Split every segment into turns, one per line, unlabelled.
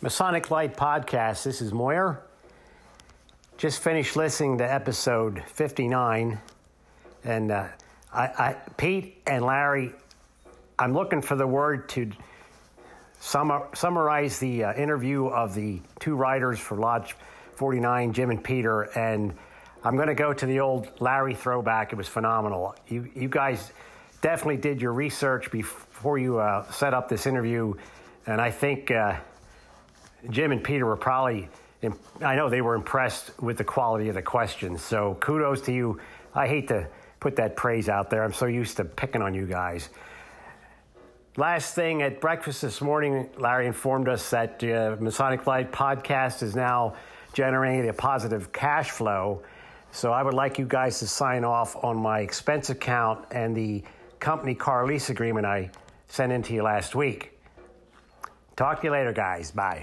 Masonic Light Podcast. This is Moyer. Just finished listening to episode 59. And uh, I, I, Pete and Larry, I'm looking for the word to summa, summarize the uh, interview of the two writers for Lodge 49, Jim and Peter. And I'm going to go to the old Larry throwback. It was phenomenal. You, you guys definitely did your research before you uh, set up this interview. And I think uh, Jim and Peter were probably, im- I know they were impressed with the quality of the questions. So kudos to you. I hate to put that praise out there. I'm so used to picking on you guys. Last thing at breakfast this morning, Larry informed us that uh, Masonic Light podcast is now generating a positive cash flow. So I would like you guys to sign off on my expense account and the company car lease agreement I sent in to you last week. Talk to you later, guys. Bye.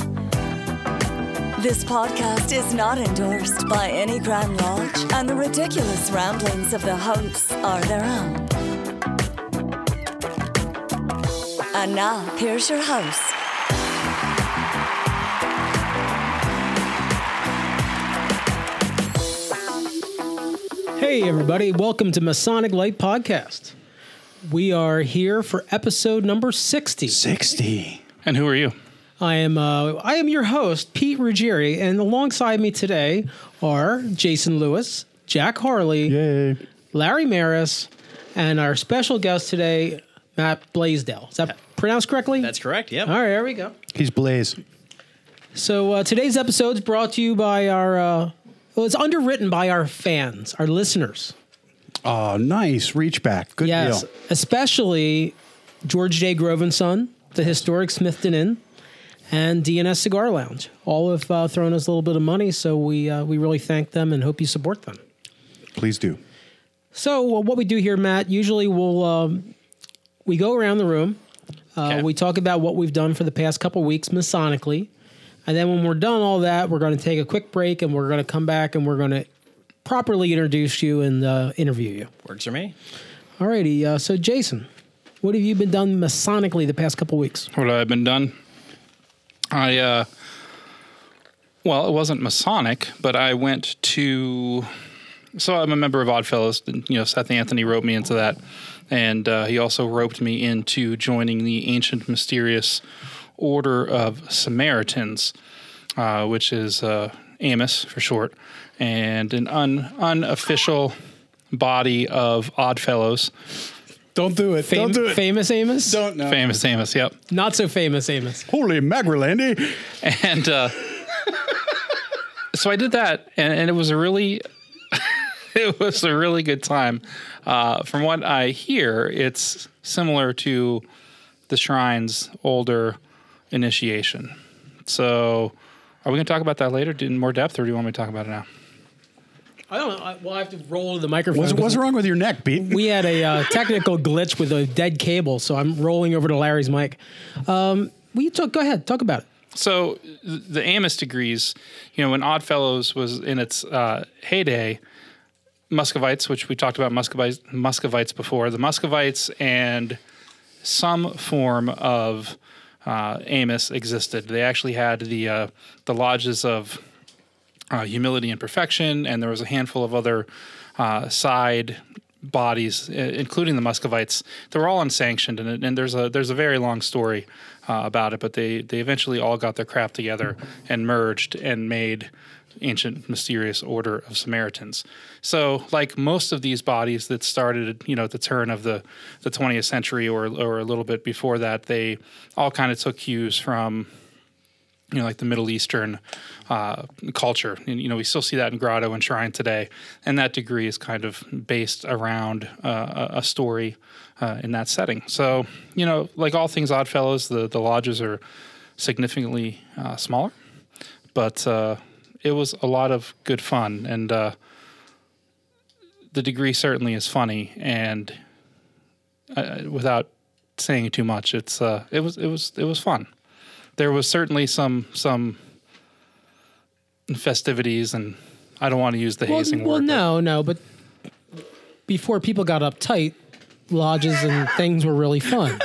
This podcast is not endorsed by any Grand Lodge, and the ridiculous ramblings of the hosts are their own. And now, here's your host,
Hey, everybody, welcome to Masonic Light Podcast. We are here for episode number 60.
60.
And who are you?
I am uh, I am your host, Pete Ruggieri, and alongside me today are Jason Lewis, Jack Harley,
Yay.
Larry Maris, and our special guest today, Matt Blaisdell. Is that pronounced correctly?
That's correct. Yep.
All right, there we go.
He's Blaze.
So uh, today's episode is brought to you by our, uh, well, it's underwritten by our fans, our listeners.
Oh, nice. Reach back. Good
Yes,
deal.
especially George J. Grove and Son, the historic Smithton Inn, and DNS Cigar Lounge. All have uh, thrown us a little bit of money, so we uh, we really thank them and hope you support them.
Please do.
So uh, what we do here, Matt, usually we'll um, we go around the room, uh,
Okay.
we talk about what we've done for the past couple weeks masonically, and then when we're done all that, we're going to take a quick break and we're going to come back and we're going to properly introduce you and uh, interview you.
Works for me.
Alrighty, uh, so Jason, what have you been done masonically the past couple weeks?
What I've been done. I uh well, it wasn't Masonic, but I went to so I'm a member of Oddfellows. and, You know, Seth Anthony roped me into that, and uh, he also roped me into joining the ancient mysterious order of Samaritans, uh, which is uh, Amos for short, and an un- unofficial body of Oddfellows.
Don't do it.
Fam-
Don't do it.
Famous Amos?
Don't know.
Famous Amos, yep.
Not so famous Amos.
Holy mackerel, Andy.
and uh, so I did that, and, and it was a really, it was a really good time. Uh, from what I hear, it's similar to the shrine's older initiation. So, are we going to talk about that later in more depth, or do you want me to talk about it now?
I don't know. I, well, I have to roll the microphone.
What's,
'cause
what's wrong with your neck, Pete?
We had a uh, technical glitch with a dead cable, so I'm rolling over to Larry's mic. Um, will you talk? Go ahead, talk about it.
so th- the Amos degrees, you know, when Oddfellows was in its uh, heyday, Muscovites, which we talked about Muscovites, Muscovites before, the Muscovites and some form of uh, Amos existed. They actually had the uh, the lodges of uh, humility and perfection, and there was a handful of other uh, side bodies, i- including the Muscovites. They were all unsanctioned, and, and there's a there's a very long story uh, about it. But they they eventually all got their crap together and merged and made ancient mysterious order of samaritans so like most of these bodies that started you know at the turn of the the 20th century or or a little bit before that they all kind of took cues from you know, like the Middle Eastern uh, culture. And, you know, we still see that in grotto and shrine today. And that degree is kind of based around uh, a a story uh, in that setting. So, you know, like all things Oddfellows, the, the lodges are significantly uh, smaller, but uh, it was a lot of good fun. And uh, the degree certainly is funny. And uh, without saying too much, it's uh, it was it was it was fun there was certainly some some festivities and I don't want to use the
Well,
hazing
well
word. but
no, no, but before people got uptight, lodges and things were really fun.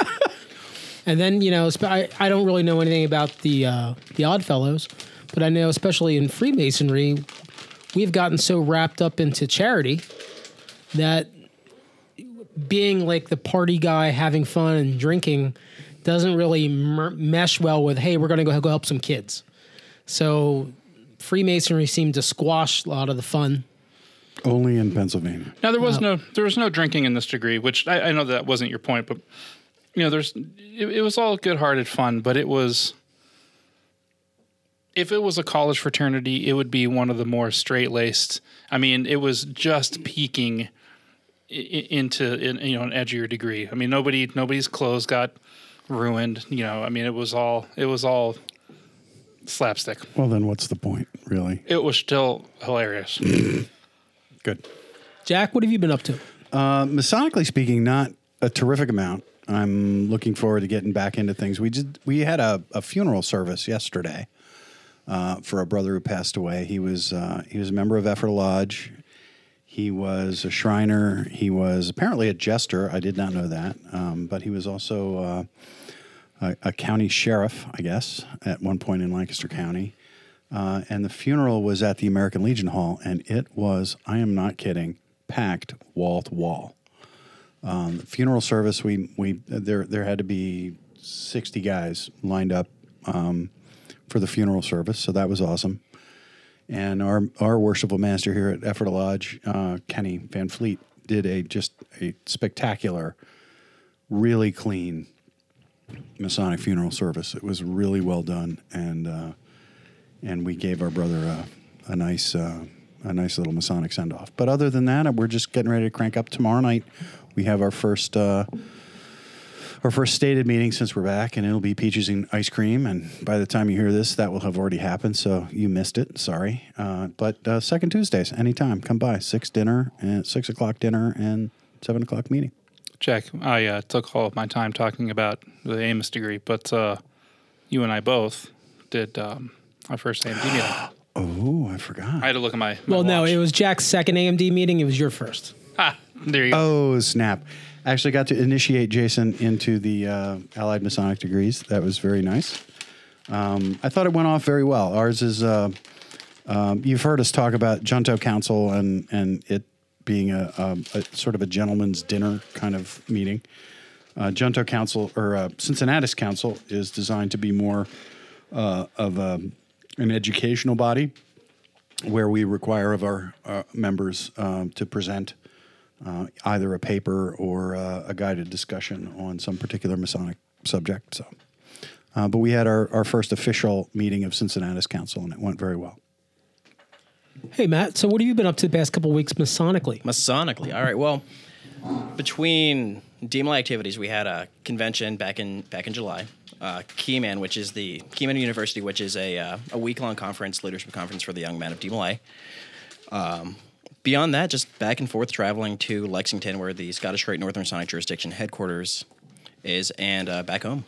and then you know, spe- I, I don't really know anything about the uh, the Oddfellows, but I know especially in Freemasonry, we've gotten so wrapped up into charity that being like the party guy, having fun and drinking, doesn't really mer- mesh well with hey, we're going to go go help some kids. So Freemasonry seemed to squash a lot of the fun.
Only in Pennsylvania.
Now there was no there was no drinking in this degree, which I, I know that wasn't your point, but you know there's it, it was all good hearted fun, but it was if it was a college fraternity, it would be one of the more straight laced. I mean, it was just peaking i- i- into in, you know an edgier degree. I mean, nobody nobody's clothes got ruined. You know, I mean, it was all it was all slapstick.
Well, then what's the point, really?
It was still hilarious.
Good.
Jack, what have you been up to?
Um, Masonically speaking, not a terrific amount. I'm looking forward to getting back into things. We just we had a, a funeral service yesterday uh, for a brother who passed away. He was uh, he was a member of Effort Lodge. He was a Shriner. He was apparently a jester. I did not know that, um, but he was also uh, a, a county sheriff, I guess, at one point in Lancaster County. Uh, and the funeral was at the American Legion Hall, and it was, I am not kidding, packed wall to wall. Um, funeral service, we, we there, there had to be 60 guys lined up um, for the funeral service, so that was awesome. And our, our worshipful master here at Effort Lodge, uh, Kenny Van Fleet, did a just a spectacular, really clean Masonic funeral service. It was really well done, and uh, and we gave our brother a, a nice uh, a nice little Masonic send off. But other than that, we're just getting ready to crank up tomorrow night. We have our first uh, our first stated meeting since we're back, and it'll be peaches and ice cream. And by the time you hear this, that will have already happened. So you missed it. Sorry, uh, but uh, second Tuesdays, anytime, come by. Six dinner and six o'clock dinner and seven o'clock meeting.
Jack, I uh, took all of my time talking about the Amos degree, but uh, you and I both did um, our first AMD meeting.
Oh, I forgot.
I had to look at my. my
Well, no,
watch.
it was Jack's second AMD meeting. It was your first.
Ah, there you go.
Oh snap! Actually, got to initiate Jason into the uh, Allied Masonic degrees. That was very nice. Um, I thought it went off very well. Ours is. Uh, um, you've heard us talk about Junto Council and and it being a, um a sort of a gentleman's dinner kind of meeting. Uh, Junto Council or uh, Cincinnatus Council is designed to be more uh, of a, an educational body where we require of our uh, members um, to present uh, either a paper or uh, a guided discussion on some particular Masonic subject. So, uh, but we had our, our first official meeting of Cincinnati's Council, and it went very well.
Hey, Matt. So, what have you been up to the past couple weeks masonically?
Masonically. All right. Well, between DMLI activities, we had a convention back in back in July. Uh, Keyman, which is the Keyman University, which is a uh, a week long conference, leadership conference for the young men of DMLI. Um, beyond that, just back and forth traveling to Lexington, where the Scottish Great Northern Sonic Jurisdiction headquarters is, and uh, back home.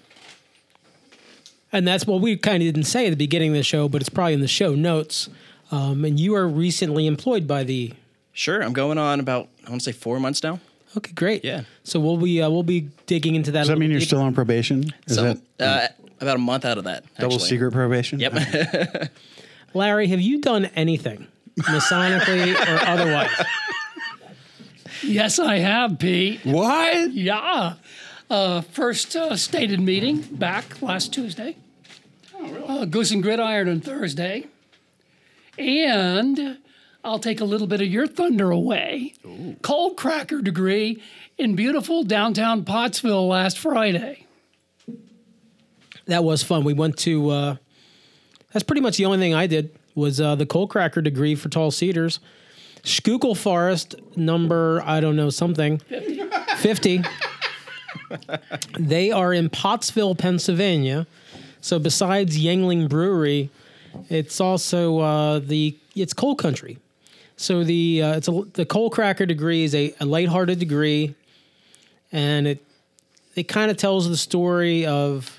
And that's what we kind of didn't say at the beginning of the show, but it's probably in the show notes. Um, and you are recently employed by the.
Sure, I'm going on about I want to say four months now.
Okay, great.
Yeah.
So we'll be uh, we'll be digging into that.
Does
a
that mean
little
you're
deeper.
still on probation? Is
so
that
uh, about a month out of that.
double
actually.
secret probation?
Yep.
Larry? Have you done anything masonically or otherwise?
Yes, I have, Pete.
What?
Yeah. Uh, first uh, stated meeting back last Tuesday. Uh, Goose and Gridiron on Thursday. And I'll take a little bit of your thunder away. Cold cracker degree in beautiful downtown Pottsville last Friday.
That was fun. We went to uh, That's pretty much the only thing I did was uh, the coal cracker degree for tall cedars. Schuylkill Forest number I don't know something 50. they are in Pottsville, Pennsylvania. So besides Yangling Brewery, it's also uh, the it's coal country. So the uh, it's a, the coal cracker degree is a, a lighthearted degree, and it it kind of tells the story of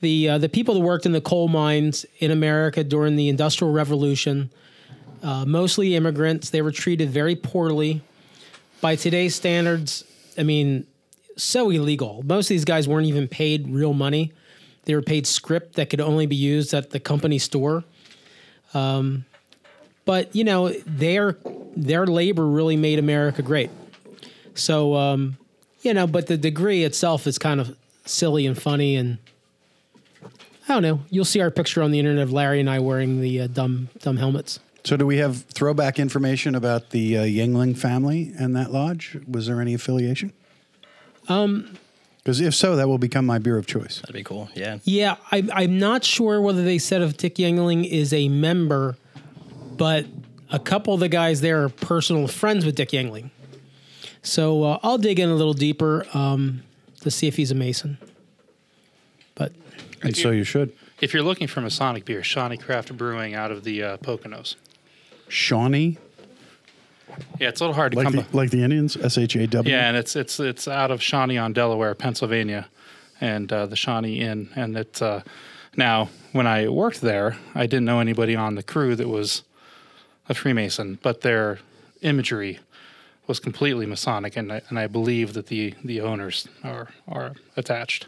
the uh, the people that worked in the coal mines in America during the Industrial Revolution, uh, mostly immigrants. They were treated very poorly by today's standards. I mean, so illegal. Most of these guys weren't even paid real money. They were paid script that could only be used at the company store. Um, but you know, their their labor really made America great. So um, you know, but the degree itself is kind of silly and funny and. I don't know. You'll see our picture on the internet of Larry and I wearing the uh, dumb dumb helmets.
So, do we have throwback information about the uh, Yingling family and that lodge? Was there any affiliation? Um, because if so, that will become my beer of choice.
That'd be cool. Yeah.
Yeah, I, I'm not sure whether they said if Dick Yangling is a member, but a couple of the guys there are personal friends with Dick Yangling. So uh, I'll dig in a little deeper um, to see if he's a Mason. But
And so you should.
If you're looking for Masonic beer, Shawnee Craft Brewing out of the uh, Poconos.
Shawnee,
Yeah, it's a little hard to
like
come
the,
by.
like the Indians, S H A W.
Yeah, and it's it's it's out of Shawnee on Delaware, Pennsylvania, and uh, the Shawnee Inn. And it's uh, now when I worked there, I didn't know anybody on the crew that was a Freemason, but their imagery was completely Masonic, and I, and I believe that the the owners are are attached.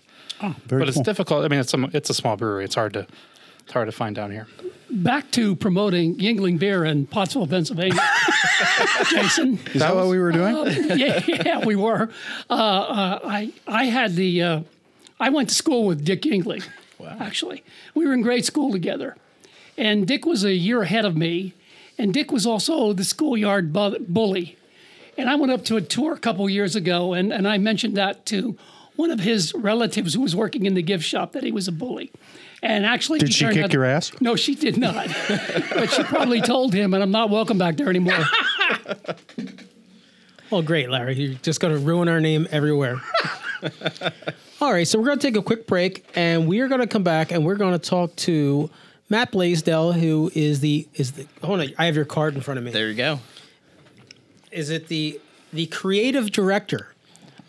Very
but it's
cool.
difficult. I mean, it's a it's a small brewery. It's hard to it's hard to find down here.
Back to promoting Yingling beer in Pottsville, Pennsylvania. Jason.
Is that what we were doing?
yeah, yeah, we were. Uh, uh, I I had the uh, I went to school with Dick Yingling. Actually, we were in grade school together, and Dick was a year ahead of me, and Dick was also the schoolyard bu- bully. And I went up to a tour a couple years ago, and, and I mentioned that to one of his relatives who was working in the gift shop that he was a bully. And actually,
Did
he
she
turned
kick
out-
your ass?
No, she did not. but she probably told him, and I'm not welcome back there anymore.
Well, Oh, great, Larry. You're just going to ruin our name everywhere. All right, so we're going to take a quick break, and we are going to come back, and we're going to talk to Matt Blaisdell, who is the is the. Hold on, I have your card in front of me.
There you go.
Is it the the creative director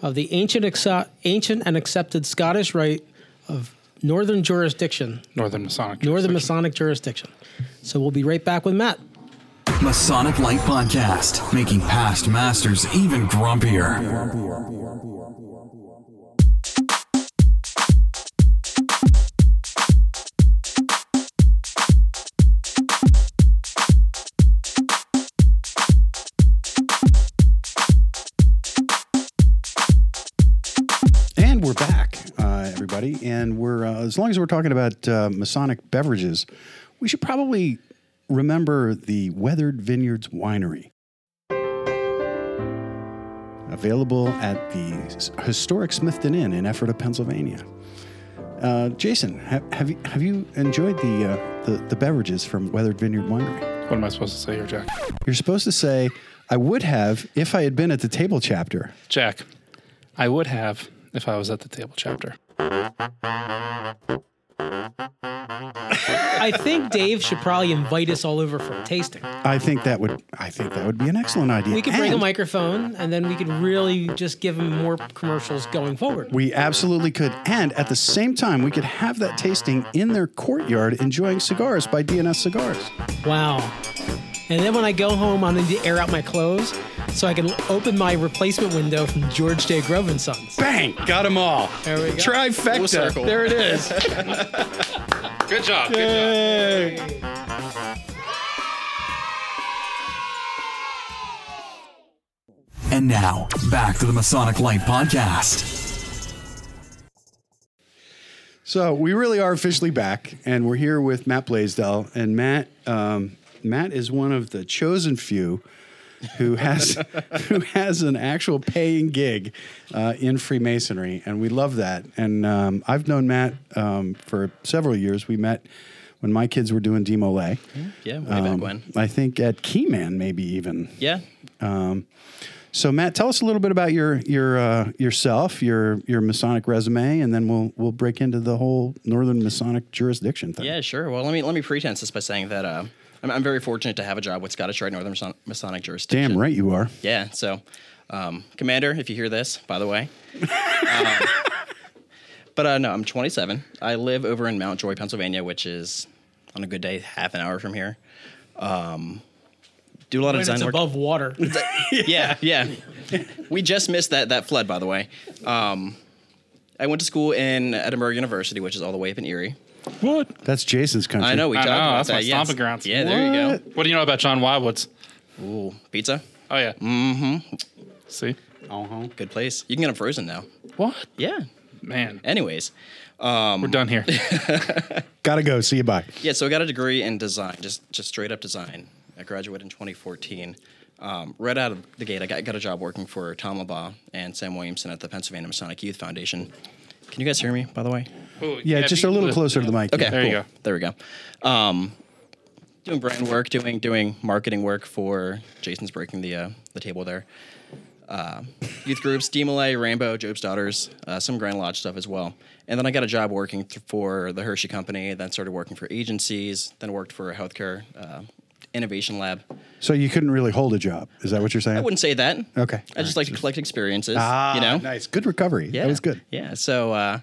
of the ancient Exo- ancient and accepted Scottish rite of Northern jurisdiction,
Northern Masonic.
Northern
jurisdiction.
Masonic jurisdiction? So we'll be right back with Matt.
Masonic Light Podcast, making past masters even grumpier.
And we're back, uh, everybody. And we're uh, as long as we're talking about uh, Masonic beverages, we should probably remember the Weathered Vineyards Winery, available at the s- historic Smithton Inn in Ephrata, Pennsylvania. Uh, Jason, ha- have you have you enjoyed the, uh, the the beverages from Weathered Vineyard Winery?
What am I supposed to say here, Jack?
You're supposed to say, "I would have if I had been at the table chapter."
Jack, I would have if I was at the table chapter.
I think Dave should probably invite us all over for a tasting.
I think that would I think that would be an excellent idea.
We could bring a
And-
microphone, and then we could really just give him more commercials going forward.
We absolutely could. And at the same time, we could have that tasting in their courtyard enjoying cigars by DNS Cigars.
Wow. And then when I go home, I need to air out my clothes so I can open my replacement window from George J. Grove and Sons.
Bang! Got them all.
There we go.
Full
Trifecta.
circle.
There it is.
Good job.
And now, back to the Masonic Light Podcast.
So we really are officially back, and we're here with Matt Blaisdell. And Matt, um, Matt is one of the chosen few who has who has an actual paying gig uh, in Freemasonry, and we love that. And um, I've known Matt um, for several years. We met when my kids were doing Demo Lay.
Yeah, way back
Um,
when.
I think at Keyman, maybe even.
Yeah.
Um, so Matt, tell us a little bit about your your uh, yourself, your your Masonic resume, and then we'll we'll break into the whole Northern Masonic jurisdiction thing.
Yeah, sure. Well, let me let me pretense this by saying that uh, I'm, I'm very fortunate to have a job with Scottish Rite Northern Mason- Masonic Jurisdiction.
Damn right you are.
Yeah. So, um, Commander, if you hear this, by the way. um, but uh, no, I'm 27. I live over in Mount Joy, Pennsylvania, which is on a good day half an hour from here. Um, do a lot of
When
design
it's
work.
above water.
yeah, yeah. We just missed that that flood, by the way. Um, I went to school in Edinburgh University, which is all the way up in Erie.
What?
That's Jason's country.
I know we
I
talked
know,
about
that's
that.
my
yes.
stomping grounds.
Yeah, there you
What do you know about John Wildwoods?
go. Ooh, pizza.
Oh yeah. Mm-hmm. See.
Good place. You can get them frozen now.
What?
Yeah.
Man,
Anyways,
we're done here.
Gotta go. See you. Bye.
yeah. So I got a degree in design, just just straight up design. I graduated in 2014. Um, right out of the gate, I got, got a job working for Tom LeBaugh and Sam Williamson at the Pennsylvania Masonic Youth Foundation. Can you guys hear me, by the way?
Yeah, just a
uh,
little closer to the mic.
Okay,
There you
cool.
go.
There we go. Um, doing brand work, doing doing marketing work for Jason's breaking the uh, the table there. Uh, youth groups, DMLA, Rainbow, Job's Daughters, uh, some Grand Lodge stuff as well. And then I got a job working th- for the Hershey Company. Then started working for agencies. Then worked for a healthcare uh, innovation lab.
So you couldn't really hold a job. Is that what you're saying?
I wouldn't say that.
Okay.
I just like to collect experiences.
Ah,
you know,
nice. Good recovery. That was good.
yeah. So uh,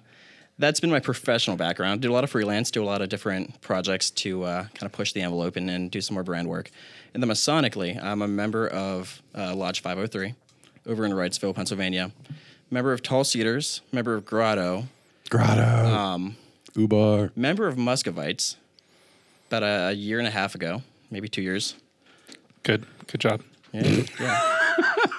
that's been my professional background. Do a lot of freelance, do a lot of different projects to uh, kind of push the envelope and, and do some more brand work. And then Masonically, I'm a member of uh, Lodge 503 over in Wrightsville, Pennsylvania. Member of Tall Cedars, member of Grotto,
Grotto. Um, Ubar.
member of Muscovites. About a, a year and a half ago, maybe two years.
Good. Good job.
Yeah, yeah.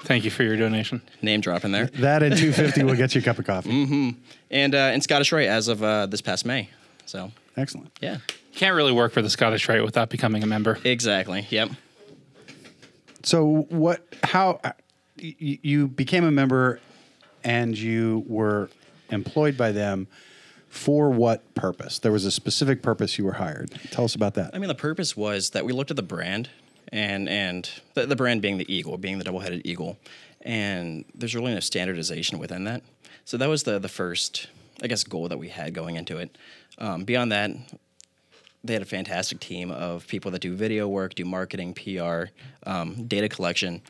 Thank you for your donation.
Name dropping there.
That and 250 will get you a cup of coffee.
Mm-hmm. And uh, in Scottish Rite as of uh, this past May. So
Excellent.
yeah,
Can't really work for the Scottish Rite without becoming a member.
exactly. Yep.
So what? How y- y- you became a member, and you were employed by them for what purpose? There was a specific purpose you were hired. Tell us about that.
I mean, the purpose was that we looked at the brand, and and the, the brand being the eagle, being the double-headed eagle, and there's really no standardization within that. So that was the the first, I guess, goal that we had going into it. Um, beyond that, they had a fantastic team of people that do video work, do marketing, PR, um, data collection,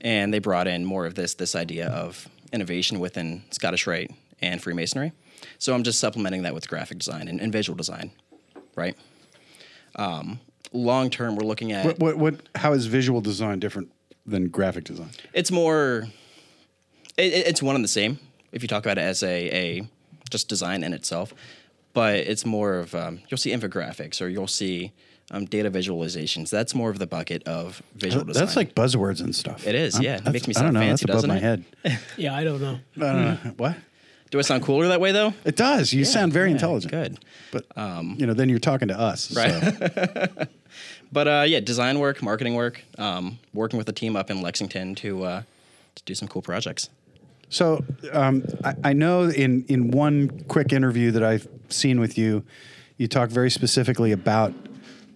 and they brought in more of this this idea of innovation within Scottish Rite and Freemasonry. So I'm just supplementing that with graphic design and, and visual design, right? Um, long term, we're looking at
what, what? What? How is visual design different than graphic design?
it's more it, it- it's one and the same if you talk about it as a, a just design in itself but it's more of um, you'll see infographics or you'll see um, data visualizations that's more of the bucket of visual design
That's like buzzwords and stuff.
It is, yeah. It
that's-
makes me
I don't
sound
know.
fancy,
that's above
doesn't
my
it?
head.
yeah, I don't know.
I don't know. What?
do i sound cooler that way though
It does. You sound very intelligent.
good Um,
But you know, then you're talking to us.
Right.
So.
but uh, yeah design work marketing work um, working with a team up in lexington to uh, to do some cool projects
So um, I, I know in in one quick interview that I've seen with you, you talk very specifically about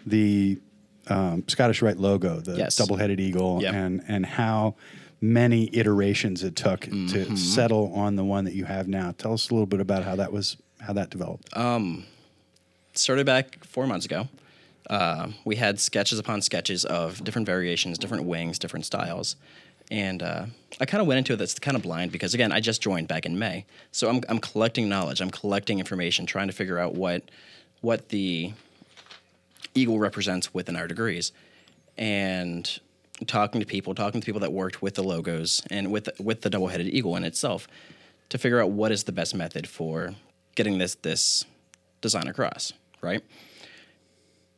the um, Scottish Rite logo, the
Yes.
double-headed eagle,
Yep.
and and how many iterations it took
Mm-hmm.
to settle on the one that you have now. Tell us a little bit about how that was how that developed.
started back four months ago. Uh, we had sketches upon sketches of different variations, different wings, different styles, and uh, I kind of went into this kind of blind because again, I just joined back in May, so I'm I'm collecting knowledge, I'm collecting information, trying to figure out what what the eagle represents within our degrees, and talking to people, talking to people that worked with the logos and with with the double-headed eagle in itself, to figure out what is the best method for getting this this design across, right?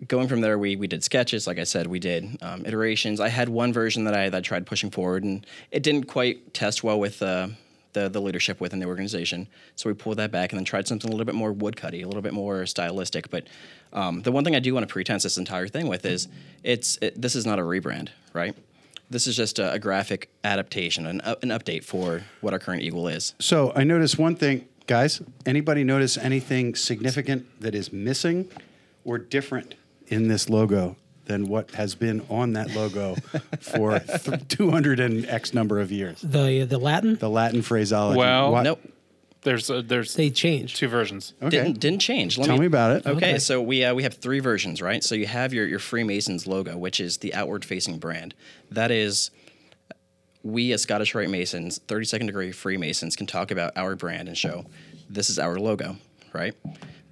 Going from there, we we did sketches. Like I said, we did um, iterations. I had one version that I that I tried pushing forward, and it didn't quite test well with uh, the the leadership within the organization. So we pulled that back, and then tried something a little bit more woodcutty, a little bit more stylistic. But um, the one thing I do want to pretense this entire thing with is it's it, this is not a rebrand, right? This is just a, a graphic adaptation, an, up an update for what our current Eagle is.
So I noticed one thing, guys. Anybody notice anything significant that is missing or different in this logo than what has been on that logo for th- 200 and X number of years.
The the Latin
The Latin phraseology.
Well,
Why-
Nope.
There's uh, there's
they changed.
two versions.
Okay.
Didn't didn't change. Let
Tell me about it.
Okay, so we uh, we have three versions, right? So you have your your Freemasons logo, which is the outward facing brand. That is, we as Scottish Rite Masons, thirty second degree Freemasons, can talk about our brand and show this is our logo, right?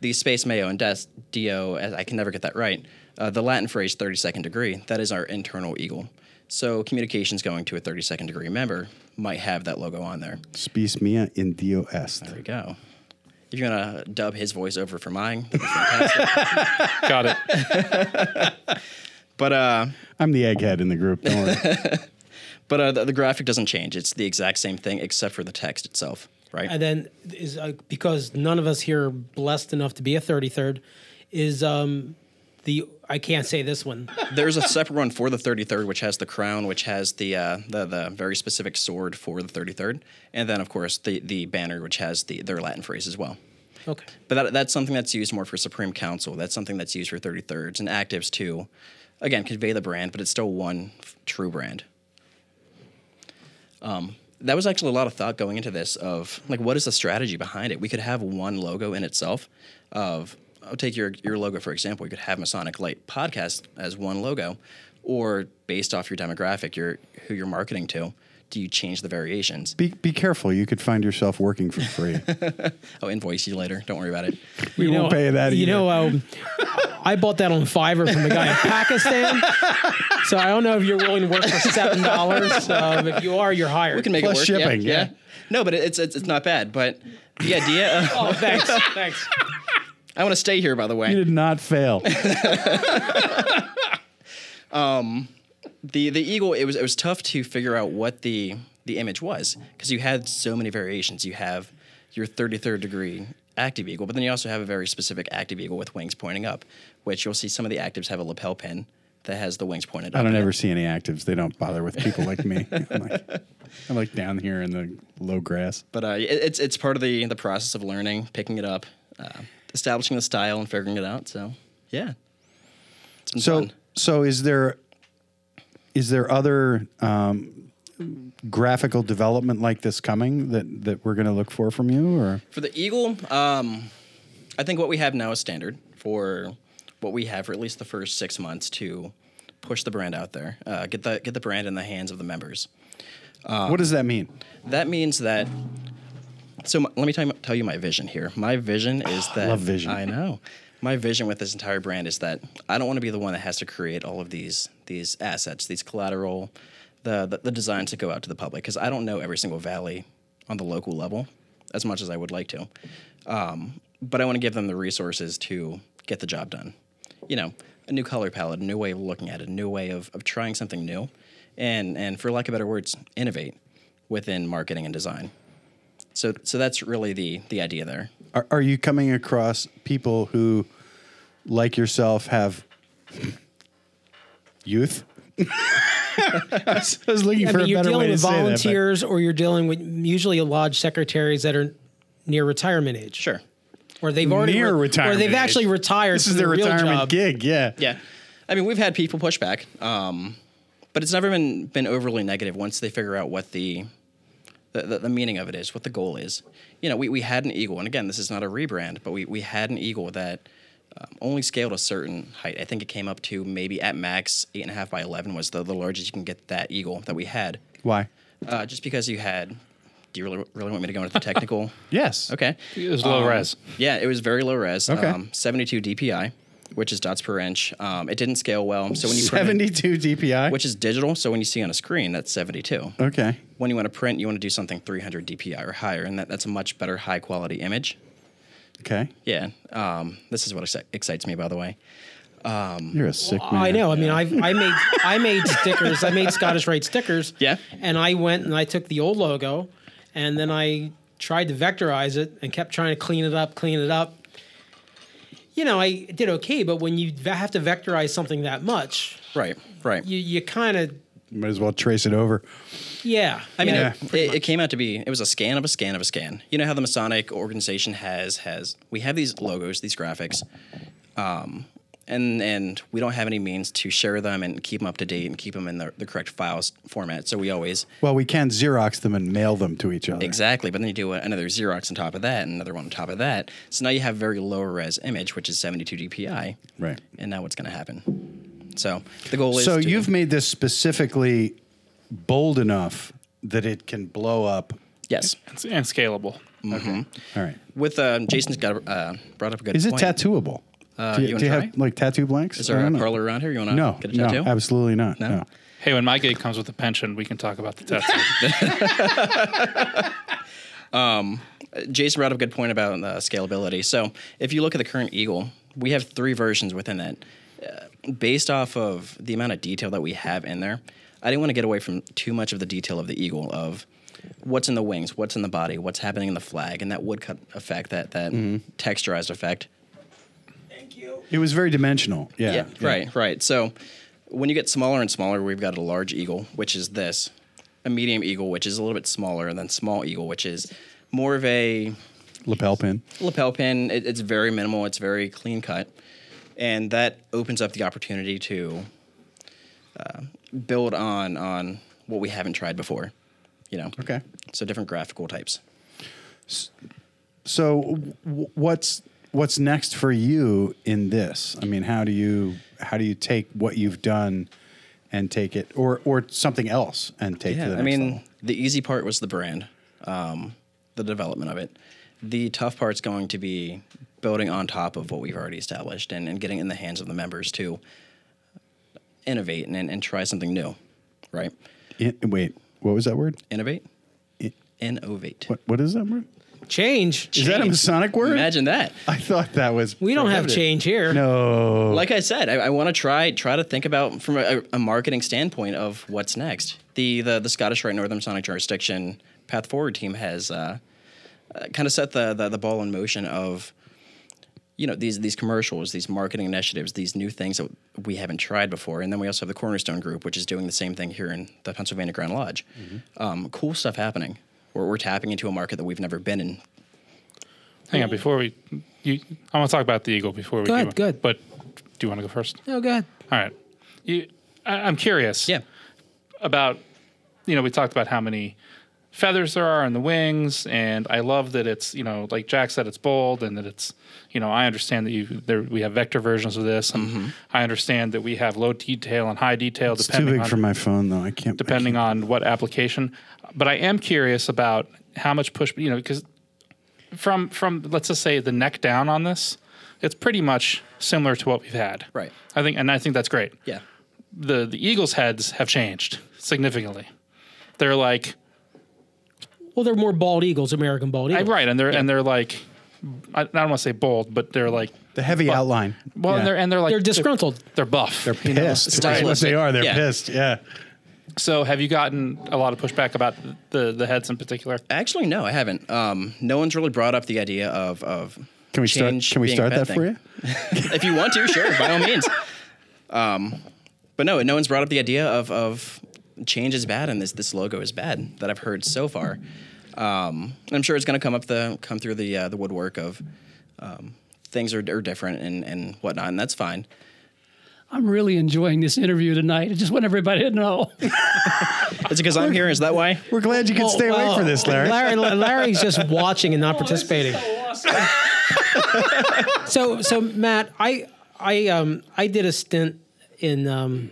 The Space Mayo and Death Do, as I can never get that right. Uh, the Latin phrase thirty second degree. That is our internal eagle. So communications going to a thirty second degree member might have that logo on there.
Spis mia in Dio est.
There you go. If you're gonna dub his voice over for mine,
Got it.
but uh.
I'm the egghead in the group. Don't worry.
But uh, the, the graphic doesn't change. It's the exact same thing except for the text itself, right?
And then is uh, because none of us here are blessed enough to be a 33rd is um the I can't say this one.
There's a separate one for the 33rd, which has the crown, which has the uh, the, the very specific sword for the 33rd, and then of course the the banner, which has the their Latin phrase as well.
Okay.
But that, that's something that's used more for Supreme Council. That's something that's used for 33rds and actives too. Again, convey the brand, but it's still one f- true brand. Um, that was actually a lot of thought going into this of like, what is the strategy behind it? We could have one logo in itself. Of I'll take your your logo for example. You could have Masonic Light Podcast as one logo, or based off your demographic, your who you're marketing to. Do you change the variations?
be, be careful. You could find yourself working for free.
I'll Oh, invoice you later. Don't worry about it.
We won't pay you that
You
either.
know, um, I bought that on Fiverr from a guy in Pakistan. So I don't know if you're willing to work for seven dollars. Um, if you are, you're hired.
We can make
Plus
it work.
shipping, yeah.
No, but it's, it's it's not bad. But the idea. Of,
oh, thanks, thanks.
I want to stay here, by the
you
way.
did not fail.
The the eagle. It was it was tough to figure out what the the image was because you had so many variations. You have your 33rd degree active eagle, but then you also have a very specific active eagle with wings pointing up, which you'll see some of the actives have a lapel pin that has the wings pointed
I
up.
don't ever see any actives. They don't bother with people like me. I'm like, I'm like down here in the low grass.
But uh, it, it's it's part of the the process of learning, picking it up, uh, establishing the style, and figuring it out. So yeah, It's been
So
fun.
so is there is there other um, graphical development like this coming that that we're going to look for from you or
For the Eagle, um, I think what we have now is standard for what we have for at least the first six months to push the brand out there, uh, get the get the brand in the hands of the members. Uh,
what does that mean?
That means that. So m let me tell you, tell you my vision here. My vision is that
love vision.
I know. My vision with this entire brand is that I don't want to be the one that has to create all of these these assets, these collateral, the the, the designs that go out to the public because I don't know every single valley on the local level as much as I would like to. Um, but I want to give them the resources to get the job done. You know, a new color palette, a new way of looking at it, a new way of, of trying something new, and and for lack of better words, innovate within marketing and design. So so that's really the the idea there.
Are, are you coming across people who like yourself have youth? I was I was looking
I
for
mean,
a
you're
better
dealing
way to
with
say that. but-
volunteers, or you're dealing with usually lodge secretaries that are near retirement age,
Sure.
or they've already
Near
re-
retirement
or they've
age.
actually retired.
This
from
is their
real
retirement
job.
gig, yeah.
Yeah. I mean, we've had people push back, um, but it's never been been overly negative once they figure out what the the, the, the meaning of it is, what the goal is. You know, we, we had an eagle, and again, this is not a rebrand, but we, we had an eagle that um, only scaled a certain height. I think it came up to maybe at max eight and a half by eleven was the, the largest you can get that eagle that we had.
Why?
Uh, just because you had, do you really, really want me to go into the technical?
Yes.
Okay.
It was
Um,
low res.
Yeah, it was very low res.
Okay.
Um, 72 DPI, which is dots per inch. Um, it didn't scale well. So when you print, it-
72 DPI.
which is digital, so when you see on a screen, that's 72.
okay.
When you want to print, you want to do something 300 DPI or higher, and that, that's a much better high quality image.
Okay.
Yeah. Um, this is what exci- excites me, by the way.
You're a sick man.
I know. I mean, I've, I made I made stickers. I made Scottish Rite stickers.
Yeah.
And I went and I took the old logo, and then I tried to vectorize it and kept trying to clean it up, clean it up. You know, I did okay, but when you ve- have to vectorize something that much,
Right, right.
you you kind of
Might as well trace it over.
yeah.
I mean,
yeah.
it, it, it came out to be it was a scan of a scan of a scan. You know how the Masonic organization has has we have these logos, these graphics, um, and and we don't have any means to share them and keep them up to date and keep them in the, the correct files format. So we always
Well, we can Xerox them and mail them to each other.
exactly, but then you do another Xerox on top of that, and another one on top of that. So now you have very low res image, which is 72 DPI.
Right.
And now what's going to happen? So the goal is
So
to-
you've made this specifically bold enough that it can blow up.
yes
It's- and scalable.
All right.
with um, Jason's got uh, brought up a good.
Is it
point. Uh,
tattooable? do
you
you, do you
wanna
have like tattoo blanks?
Is
I
there a
don't know.
parlor around here? You want to
No,
get a
no,
tattoo?
absolutely not. No.
Hey, when my gig comes with a pension, we can talk about the tattoo.
Jason brought up a good point about uh, scalability. So if you look at the current Eagle, we have three versions within that. Uh, based off of the amount of detail that we have in there, I didn't want to get away from too much of the detail of the Eagle of what's in the wings, what's in the body, what's happening in the flag, and that woodcut effect, that that
Mm-hmm.
texturized effect.
It was very dimensional. Yeah. yeah.
right, right. So when you get smaller and smaller, we've got a large eagle, which is this, a medium eagle, which is a little bit smaller, and then small eagle, which is more of a
Lapel pin.
lapel pin. It, it's very minimal. It's very clean cut, and that opens up the opportunity to uh, build on on what we haven't tried before. You know.
Okay.
So different graphical types.
So w- what's what's next for you in this? I mean, how do you how do you take what you've done and take it or or something else and take it to the
I
next
mean,
level?
the easy part was the brand, um, the development of it. The tough part's going to be building on top of what we've already established and, and getting in the hands of the members to innovate and, and, and try something new, right?
In- wait, what was that word?
Innovate? Innovate.
What what is that word?
Change.
Is that a Masonic word?
Imagine that.
I thought that was
we don't have
prohibited.
change here.
No.
Like I said, I, I want to try try to think about from a, a marketing standpoint of what's next. The the, the Scottish Rite Northern Sonic Jurisdiction Path Forward team has uh, kind of set the, the the ball in motion of you know these these commercials, these marketing initiatives, these new things that we haven't tried before, and then we also have the Cornerstone Group, which is doing the same thing here in the Pennsylvania Grand Lodge. Um, cool stuff happening. We're, we're tapping into a market that we've never been in.
Hang on, before we, you, I want to talk about the eagle before we
Go
do
ahead,
it.
go ahead.
But do you want to go first?
No, go ahead.
All right. You, I, I'm curious.
Yeah,
about you know we talked about how many feathers there are in the wings and i love that it's you know like jack said it's bold and that it's you know i understand that you there we have vector versions of this and i understand that we have low detail and high detail
Mm-hmm. It's too
depending
big
on
for my phone though. I can't.
depending on what application but i am curious about how much push you know because from from let's just say the neck down on this it's pretty much similar to what we've had
Right.
i think and i think that's great
yeah,
the the Eagles heads have changed significantly. They're like
Well, they're more bald eagles, American bald
I-
eagles.
right, and they're and they're like I, I don't want to say bold, but they're like
the heavy outline.
well, and they're and they're like
They're disgruntled.
They're, buff.
They're pissed. That's what
stylistic.
they are. They're
Yeah.
pissed. Yeah.
so have you gotten a lot of pushback about the the heads in particular?
Actually, no, I haven't. Um, no one's really brought up the idea of of
Can we
change
start? Can we
being a
start
bad
that for
thing.
you?
if you want to, sure, by all means. Um, but no, no one's brought up the idea of of change is bad and this this logo is bad that I've heard so far. Um, I'm sure it's going to come up the come through the uh, the woodwork of um, things are, are different and and whatnot, and that's fine.
I'm really enjoying this interview tonight. I just want everybody to know.
Is it because I'm here? Is that why?
We're glad you could stay away
Well,
for this, Larry.
Larry. Larry's just watching and not participating. so so Matt, I I um I did a stint in um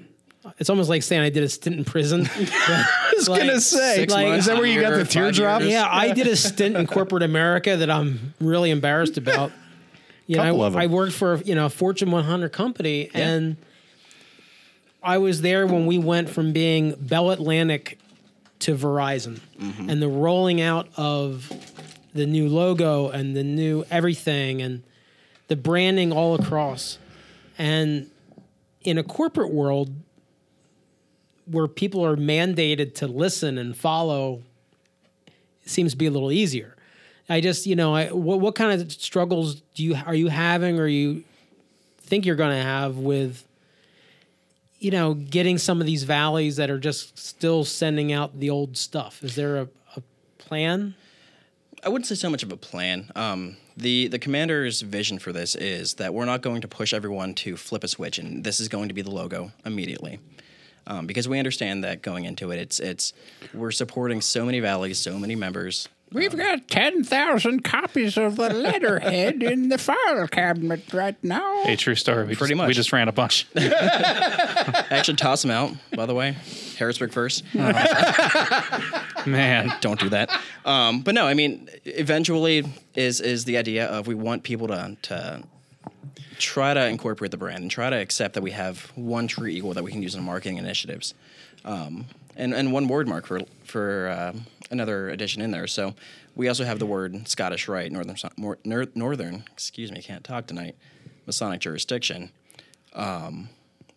it's almost like saying I did a stint in prison. I was
gonna say, Six
months,
is that where you got
year,
the
five
teardrop?
years?
Yeah, I did a stint in corporate America that I'm really embarrassed about. You know,
Couple
I,
of 'em.
I worked for you know a Fortune 100 company, and I was there when we went from being Bell Atlantic to Verizon,
Mm-hmm.
and the rolling out of the new logo and the new everything and the branding all across, and in a corporate world where people are mandated to listen and follow seems to be a little easier. I just, you know, I, what, what kind of struggles do you are you having, or you think you're going to have with, you know, getting some of these valleys that are just still sending out the old stuff? Is there a, a plan?
I wouldn't say so much of a plan. Um, The the commander's vision for this is that we're not going to push everyone to flip a switch, and this is going to be the logo immediately, um, because we understand that going into it, it's it's we're supporting so many valleys, so many members.
We've got 10,000 copies of the letterhead in the file cabinet right now.
A true story. We
Pretty
just,
much.
We just ran a bunch.
I actually toss them out, by the way. Harrisburg first.
Man.
don't do that. Um, but no, I mean, eventually is is the idea of we want people to to try to incorporate the brand and try to accept that we have one true equal that we can use in marketing initiatives, um, and and one word mark for for uh, another addition in there. So we also have the word Scottish Rite, Northern Sa- Mor- Nor- Northern. Excuse me, can't talk tonight. Masonic jurisdiction um,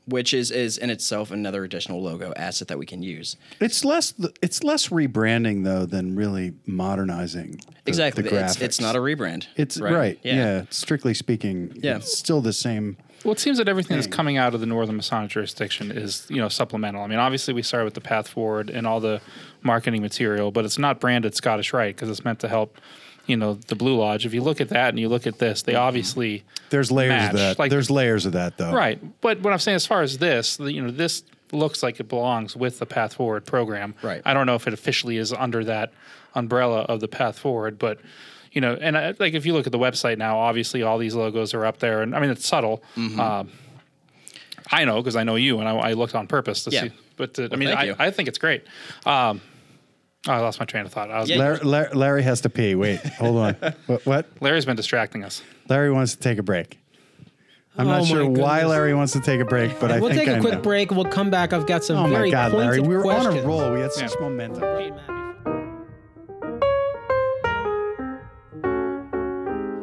which is is in itself another additional logo asset that we can use.
It's less th- it's less rebranding though than really modernizing. the-
exactly.
the
it's, it's
graphics.
not a rebrand.
It's right. Yeah. Strictly speaking,
Yeah.
it's still the same.
Well, it seems that everything that's coming out of the Northern Masonic jurisdiction is, you know, supplemental. I mean, obviously we started with the Path Forward and all the marketing material, but it's not branded Scottish Rite because it's meant to help, you know, the Blue Lodge. If you look at that and you look at this, they obviously
There's layers
match.
of that.
Like,
There's layers of that though.
right. But what I'm saying, as far as this, the, you know, this looks like it belongs with the Path Forward program.
Right.
I don't know if it officially is under that umbrella of the Path Forward, but you know, and I, like if you look at the website now, obviously all these logos are up there, and I mean it's subtle.
Mm-hmm.
Um, I know because I know you, and I, I looked on purpose to
Yeah.
see. But uh, I mean,
thank
I,
you.
I think it's great. Um, oh, I lost my train of thought. I was,
Yeah.
Larry, Larry, Larry has to pee. Wait, hold on. what, what?
Larry's been distracting us.
Larry wants to take a break. I'm
Oh,
not
my
sure why
goodness.
Larry wants to take a break, but I
We'll
think
take a
I
quick
know.
break. We'll come back. I've got some
Oh my
very
God, Larry,
pointed
we were on
questions.
a roll. We had such momentum.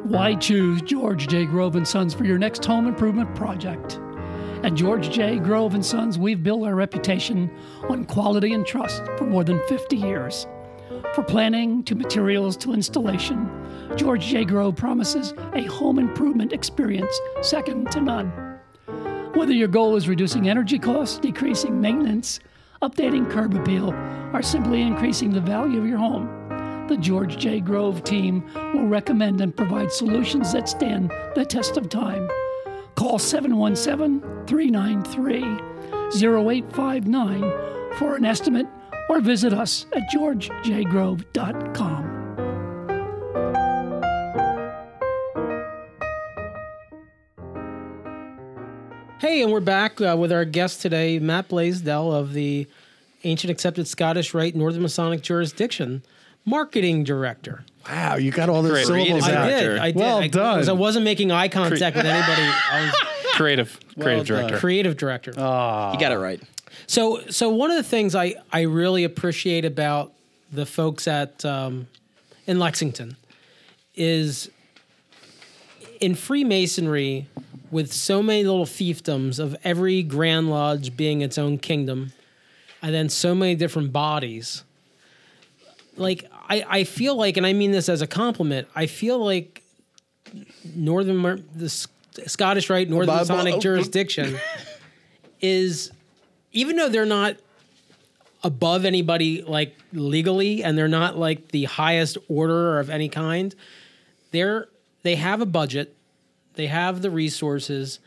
Why choose George J. Grove and Sons for your next home improvement project? At George J. Grove and Sons, we've built our reputation on quality and trust for more than 50 years. From planning to materials to installation, George J. Grove promises a home improvement experience second to none. Whether your goal is reducing energy costs, decreasing maintenance, updating curb appeal, or simply increasing the value of your home, the George J. Grove team will recommend and provide solutions that stand the test of time. Call 717 393 0859 for an estimate or visit us at georgejgrove.com.
Hey, and we're back uh, with our guest today, Matt Blaisdell of the Ancient Accepted Scottish Rite Northern Masonic Jurisdiction Marketing Director.
Wow, you got all those
Great.
syllables
I
out.
did. I did.
Well
I, 'cause
done.
I wasn't making eye contact with anybody. I was
Creative, creative
done.
director.
creative director.
Uh,
You got it right.
So, so one of the things I, I really appreciate about the folks at um, in Lexington is in Freemasonry, with so many little fiefdoms of every Grand Lodge being its own kingdom, and then so many different bodies. Like I, I feel like, and I mean this as a compliment. I feel like Northern Mer- the S- Scottish Rite, Northern Masonic jurisdiction is even though they're not above anybody like legally and they're not like the highest order of any kind they're they have a budget they have the resources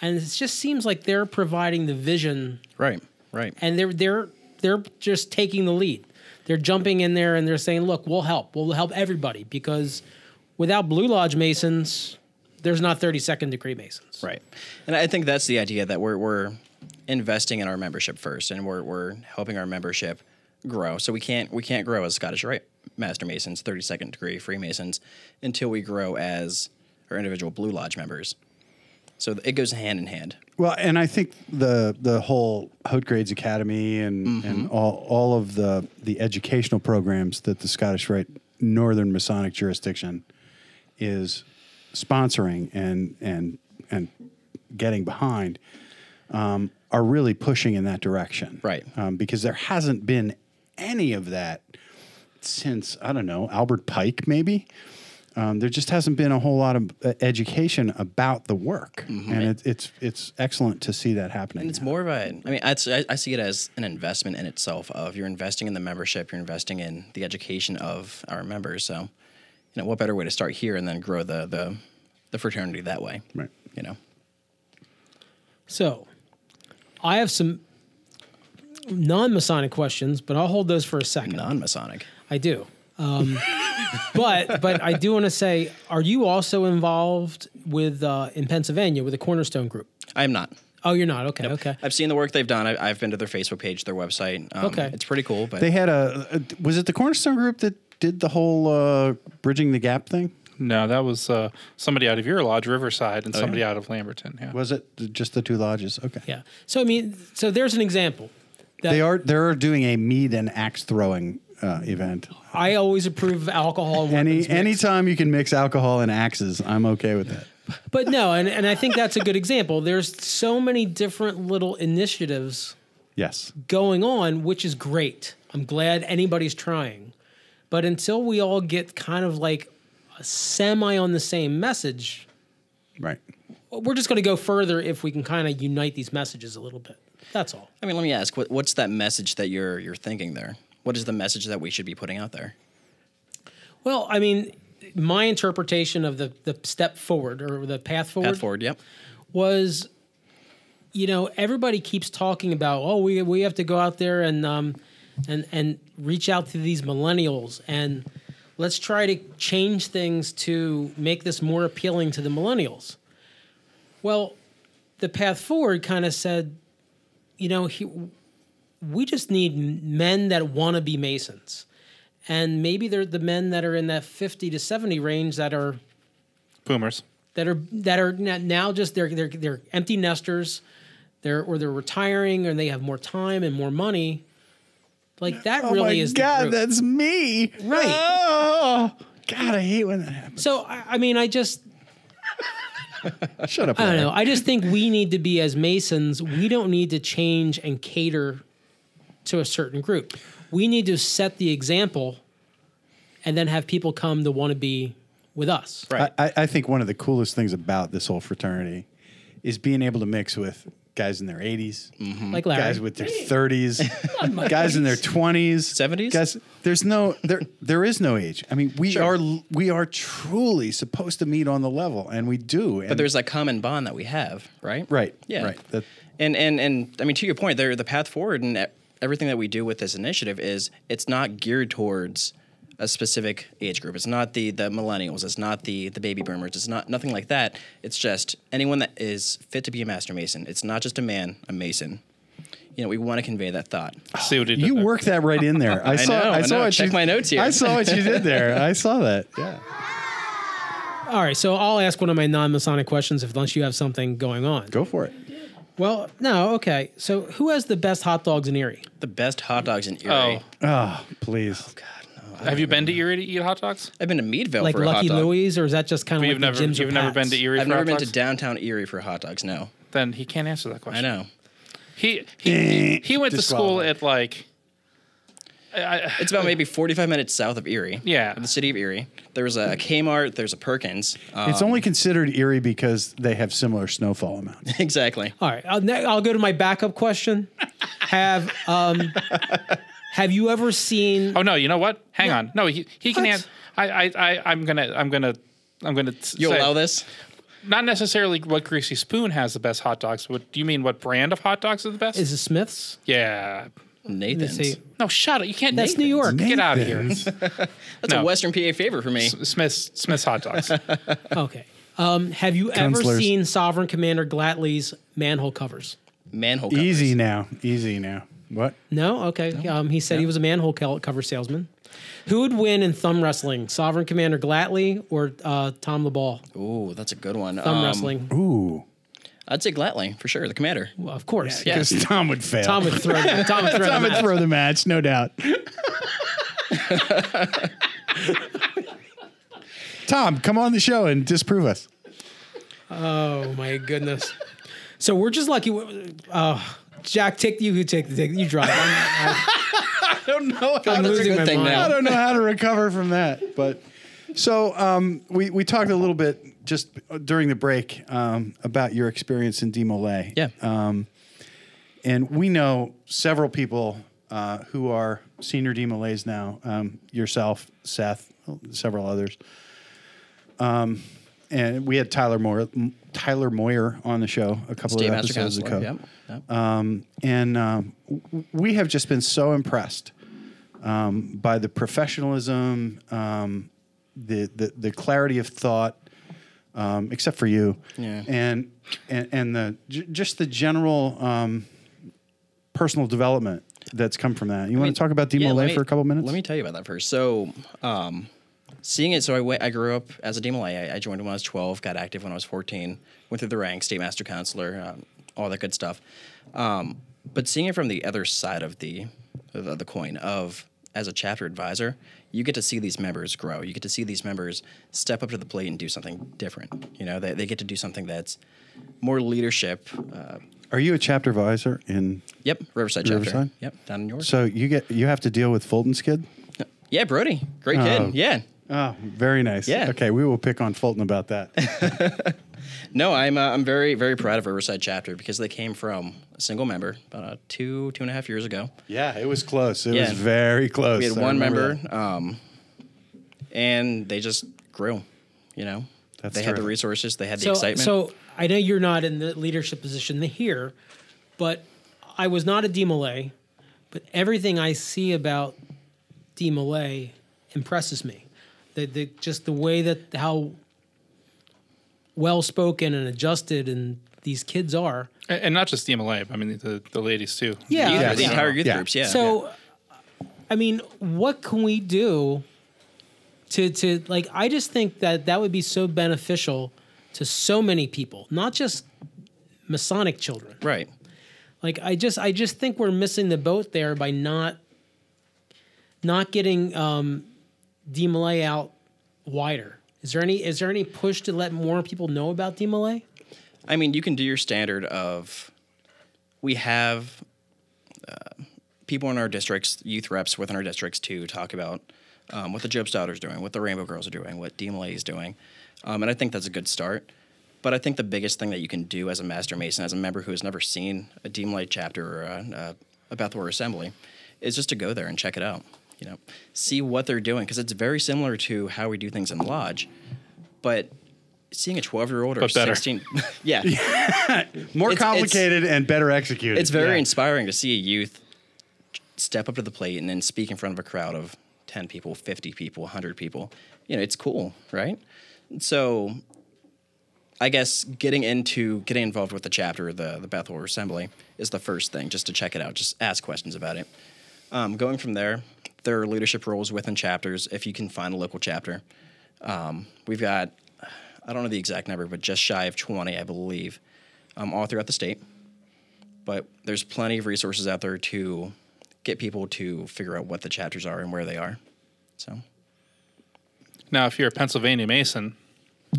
and it just seems like they're providing the vision
Right. Right.
and they're they're they're just taking the lead they're jumping in there and they're saying look we'll help we'll help everybody because without blue lodge masons there's not 32nd degree masons
Right. And I think that's the idea that we're we're investing in our membership first and we're we're helping our membership grow. So we can't we can't grow as Scottish Rite Master Masons, 32nd degree Freemasons until we grow as our individual Blue Lodge members. So it goes hand in hand.
Well, and I think the the whole Haute Grades Academy and, and all, all of the, the educational programs that the Scottish Rite Northern Masonic jurisdiction is sponsoring and and and getting behind um, are really pushing in that direction,
Right.
Um, because there hasn't been any of that since I don't know Albert Pike maybe. Um, there just hasn't been a whole lot of uh, education about the work,
Mm-hmm.
and it, it's it's excellent to see that happening.
And it's more of a, I mean, I, I I see it as an investment in itself of you're investing in the membership, you're investing in the education of our members. So you know, what better way to start here and then grow the the, the fraternity that way?
Right.
You know.
So, I have some non Masonic questions, but I'll hold those for a second.
Non Masonic.
I do. Um, but but I do want to say, are you also involved with uh, in Pennsylvania with the Cornerstone Group?
I am not.
Oh, you're not. Okay, okay.
I've seen the work they've done. I, I've been to their Facebook page, their website. Um,
Okay.
It's pretty cool, but
They had a, a- was it the Cornerstone Group that did the whole uh, bridging the gap thing?
No, that was uh, somebody out of your lodge, Riverside,
Oh,
and somebody out of Lamberton. Yeah.
Was it th- just the two lodges? Okay.
Yeah. So I mean, so there's an example. That
They are they're doing a mead and axe throwing uh, event.
I always approve of alcohol. and
Any
weapons Oh, mixed.
anytime you can mix alcohol and axes, I'm okay with that.
But no, and, and I think that's a good example. There's so many different little initiatives
Yes.
going on, which is great. I'm glad anybody's trying. But until we all get kind of like a semi on the same message,
Right.
we're just going to go further if we can kind of unite these messages a little bit. That's all.
I mean, let me ask, what, what's that message that you're you're thinking there? What is the message that we should be putting out there?
Well, I mean, my interpretation of the, the step forward or the path forward,
Path forward. Yep.
was, you know, everybody keeps talking about, oh, we we have to go out there and um, and and reach out to these millennials and let's try to change things to make this more appealing to the millennials. Well, the path forward kind of said, you know, he, we just need men that want to be masons. And maybe they're the men that are in that 50 to 70 range that are
Boomers.
that are that are n- now just they're they're they're empty nesters, they're or they're retiring or they have more time and more money. Like that really is the group.
Oh that's me.
Right.
Oh, God, I hate when that happens.
so I, I mean I just
Uh, Shut up.
I don't know I just think we need to be as Masons we don't need to change and cater to a certain group. We need to set the example, and then have people come to want to be with us.
I, I, I think one of the coolest things about this whole fraternity is being able to mix with guys in their 80s,
Like Mm-hmm. Larry.
guys with their 30s, guys in their 20s,
70s?
Guys, there's no there there is no age. I mean, we are we are truly supposed to meet on the level, and we do.
But there's that common bond that we have, right?
right,
Yeah.
right. That-
and and and I mean, to your point, there the path forward and e- everything that we do with this initiative is it's not geared towards a specific age group. It's not the the millennials. It's not the the baby boomers. It's not nothing like that. It's just anyone that is fit to be a master mason. It's not just a man, a mason. You know, we want to convey that thought.
See what he did
you
there.
work that right in there. I saw.
know,
I
I
saw
know.
what
Check
you,
my notes here.
I saw what you did there. I saw that. Yeah.
All right, so I'll ask one of my non-Masonic questions if unless you have something going on.
Go for it.
Well, no, okay. So who has the best hot dogs in Erie?
The best hot dogs in Erie.
Oh,
Oh, please.
have you been to Erie to eat hot dogs?
I've been to Meadville
like
Oh, for a hot
Lucky
dog.
Louie's, or is that just kind
But
of
you've
like
never
the gyms or
you've never been
Pat's?
to Erie.
I've
for
never
hot
been
dogs?
to downtown Erie for hot dogs. No,
Then he can't answer that question.
I know. Eh,
He he, he went to school
Disqualified.
at like
It's about maybe 45 minutes south of Erie.
Yeah.
The city of Erie. There was a Kmart, there's a Perkins. Uh,
It's only considered eerie because they have similar snowfall amounts.
exactly.
All right, I'll, ne- I'll go to my backup question. have um, have you ever seen?
oh no you know what hang on no he, he can answer I, I I I'm gonna I'm gonna I'm gonna t-
You
say-
allow this?
not necessarily what Greasy Spoon has the best hot dogs. What do you mean? What brand of hot dogs are the best?
Is it Smith's?
yeah.
Nathan's.
See,
No, shut up. You can't.
That's
name
New
things.
York.
Get out of here.
That's
No.
a Western PA favorite for me.
Smith's Smith's hot dogs.
okay. Um, have you ever
Counselors.
seen Sovereign Commander Glatley's manhole covers?
Manhole covers.
Easy now. Easy now. What?
No. Okay. Um, he said he was a manhole co- cover salesman. Who would win in thumb wrestling, Sovereign Commander Glatley or uh, Tom LeBall?
Ooh, that's a good one.
Thumb
Um,
wrestling,
Ooh.
I'd say Glatley, for sure. The commander.
Well, of course.
Yeah.
Because Tom would fail.
Tom would throw. Tom would throw.
Tom
them
would
out.
throw the match, no doubt. Tom, come on the show and disprove us.
Oh my goodness. So we're just lucky. we- Oh, Jack, take you. Who take the take? You drive. I'm, I'm
That's a
losing
good
my
thing
mind.
I
now.
don't know how to recover from that, but so um, we we talked a little bit just during the break um, about your experience in Demolay.
Yeah.
and we know several people uh, who are senior DMLAs now. Um, yourself, Seth, several others. Um, and we had Tyler Moyer, Tyler Moyer on the show a couple
State
of
Master
episodes ago
Counselor. Yep. yep.
and um, w- we have just been so impressed um, by the professionalism, um, the, the the clarity of thought, um, except for you,
Yeah.
and and, and the j- just the general um, personal development that's come from that. You want to talk about
Yeah,
Demo
let
Lay
me-
for a couple minutes?
Let me tell you about that first. So, um, seeing it, so I, went, I grew up as a DMLA. I, I joined when I was 12, got active when I was 14, went through the ranks, state master counselor, um, all that good stuff. Um, but seeing it from the other side of the, of the coin of as a chapter advisor, you get to see these members grow. You get to see these members step up to the plate and do something different. You know, they, they get to do something that's more leadership. Uh,
Are you a chapter advisor in?
yep, Riverside,
Riverside?
chapter. Yep, down in York.
So you get you have to deal with Fulton's kid.
yeah, Brody, great
Oh.
kid. Yeah,
Oh, very nice.
Yeah.
Okay, we will pick on Fulton about that.
No, I'm uh, I'm very very proud of Riverside chapter because they came from a single member about uh, two two and a half years ago.
yeah, it was close. It
Yeah.
was very close.
We had
I
one
remember
member,
that.
um, and they just grew. You know,
That's
they had the
terrific.
resources, they had the
so,
excitement.
So I know you're not in the leadership position here, but I was not a DMLA, but everything I see about DMLA impresses me. The, the just the way that how well spoken and adjusted and these kids are.
And and not just the MLA, I mean the, the ladies too.
Yeah,
Youth-
Yes.
the entire youth
Yeah.
groups, yeah.
So, I mean, what can we do to to like? I just think that that would be so beneficial to so many people, not just Masonic children.
right,
Like, I just I just think we're missing the boat there by not not getting um, DMLA out wider. Is there any is there any push to let more people know about DMLA?
I mean, you can do your standard of we have uh, people in our districts, youth reps within our districts, to talk about um, what the Job's Daughters doing, what the Rainbow Girls are doing, what DMLA is doing, um, and I think that's a good start. But I think the biggest thing that you can do as a Master Mason, as a member who has never seen a DMLA chapter or a, a Beth War assembly, is just to go there and check it out. You know, see what they're doing because it's very similar to how we do things in lodge, but seeing a 12 year old or
But better.
16 yeah
More
It's- it's-
complicated and better executed.
it's very
Yeah.
inspiring to see a youth step up to the plate and then speak in front of a crowd of 10 people 50 people 100 people you know it's cool right so i guess getting into getting involved with the chapter the, the bethel assembly is the first thing just to check it out just ask questions about it um, going from there there are leadership roles within chapters if you can find a local chapter um, we've got i don't know the exact number but just shy of 20 i believe um, all throughout the state but there's plenty of resources out there to get people to figure out what the chapters are and where they are. So
Now, if you're a Pennsylvania Mason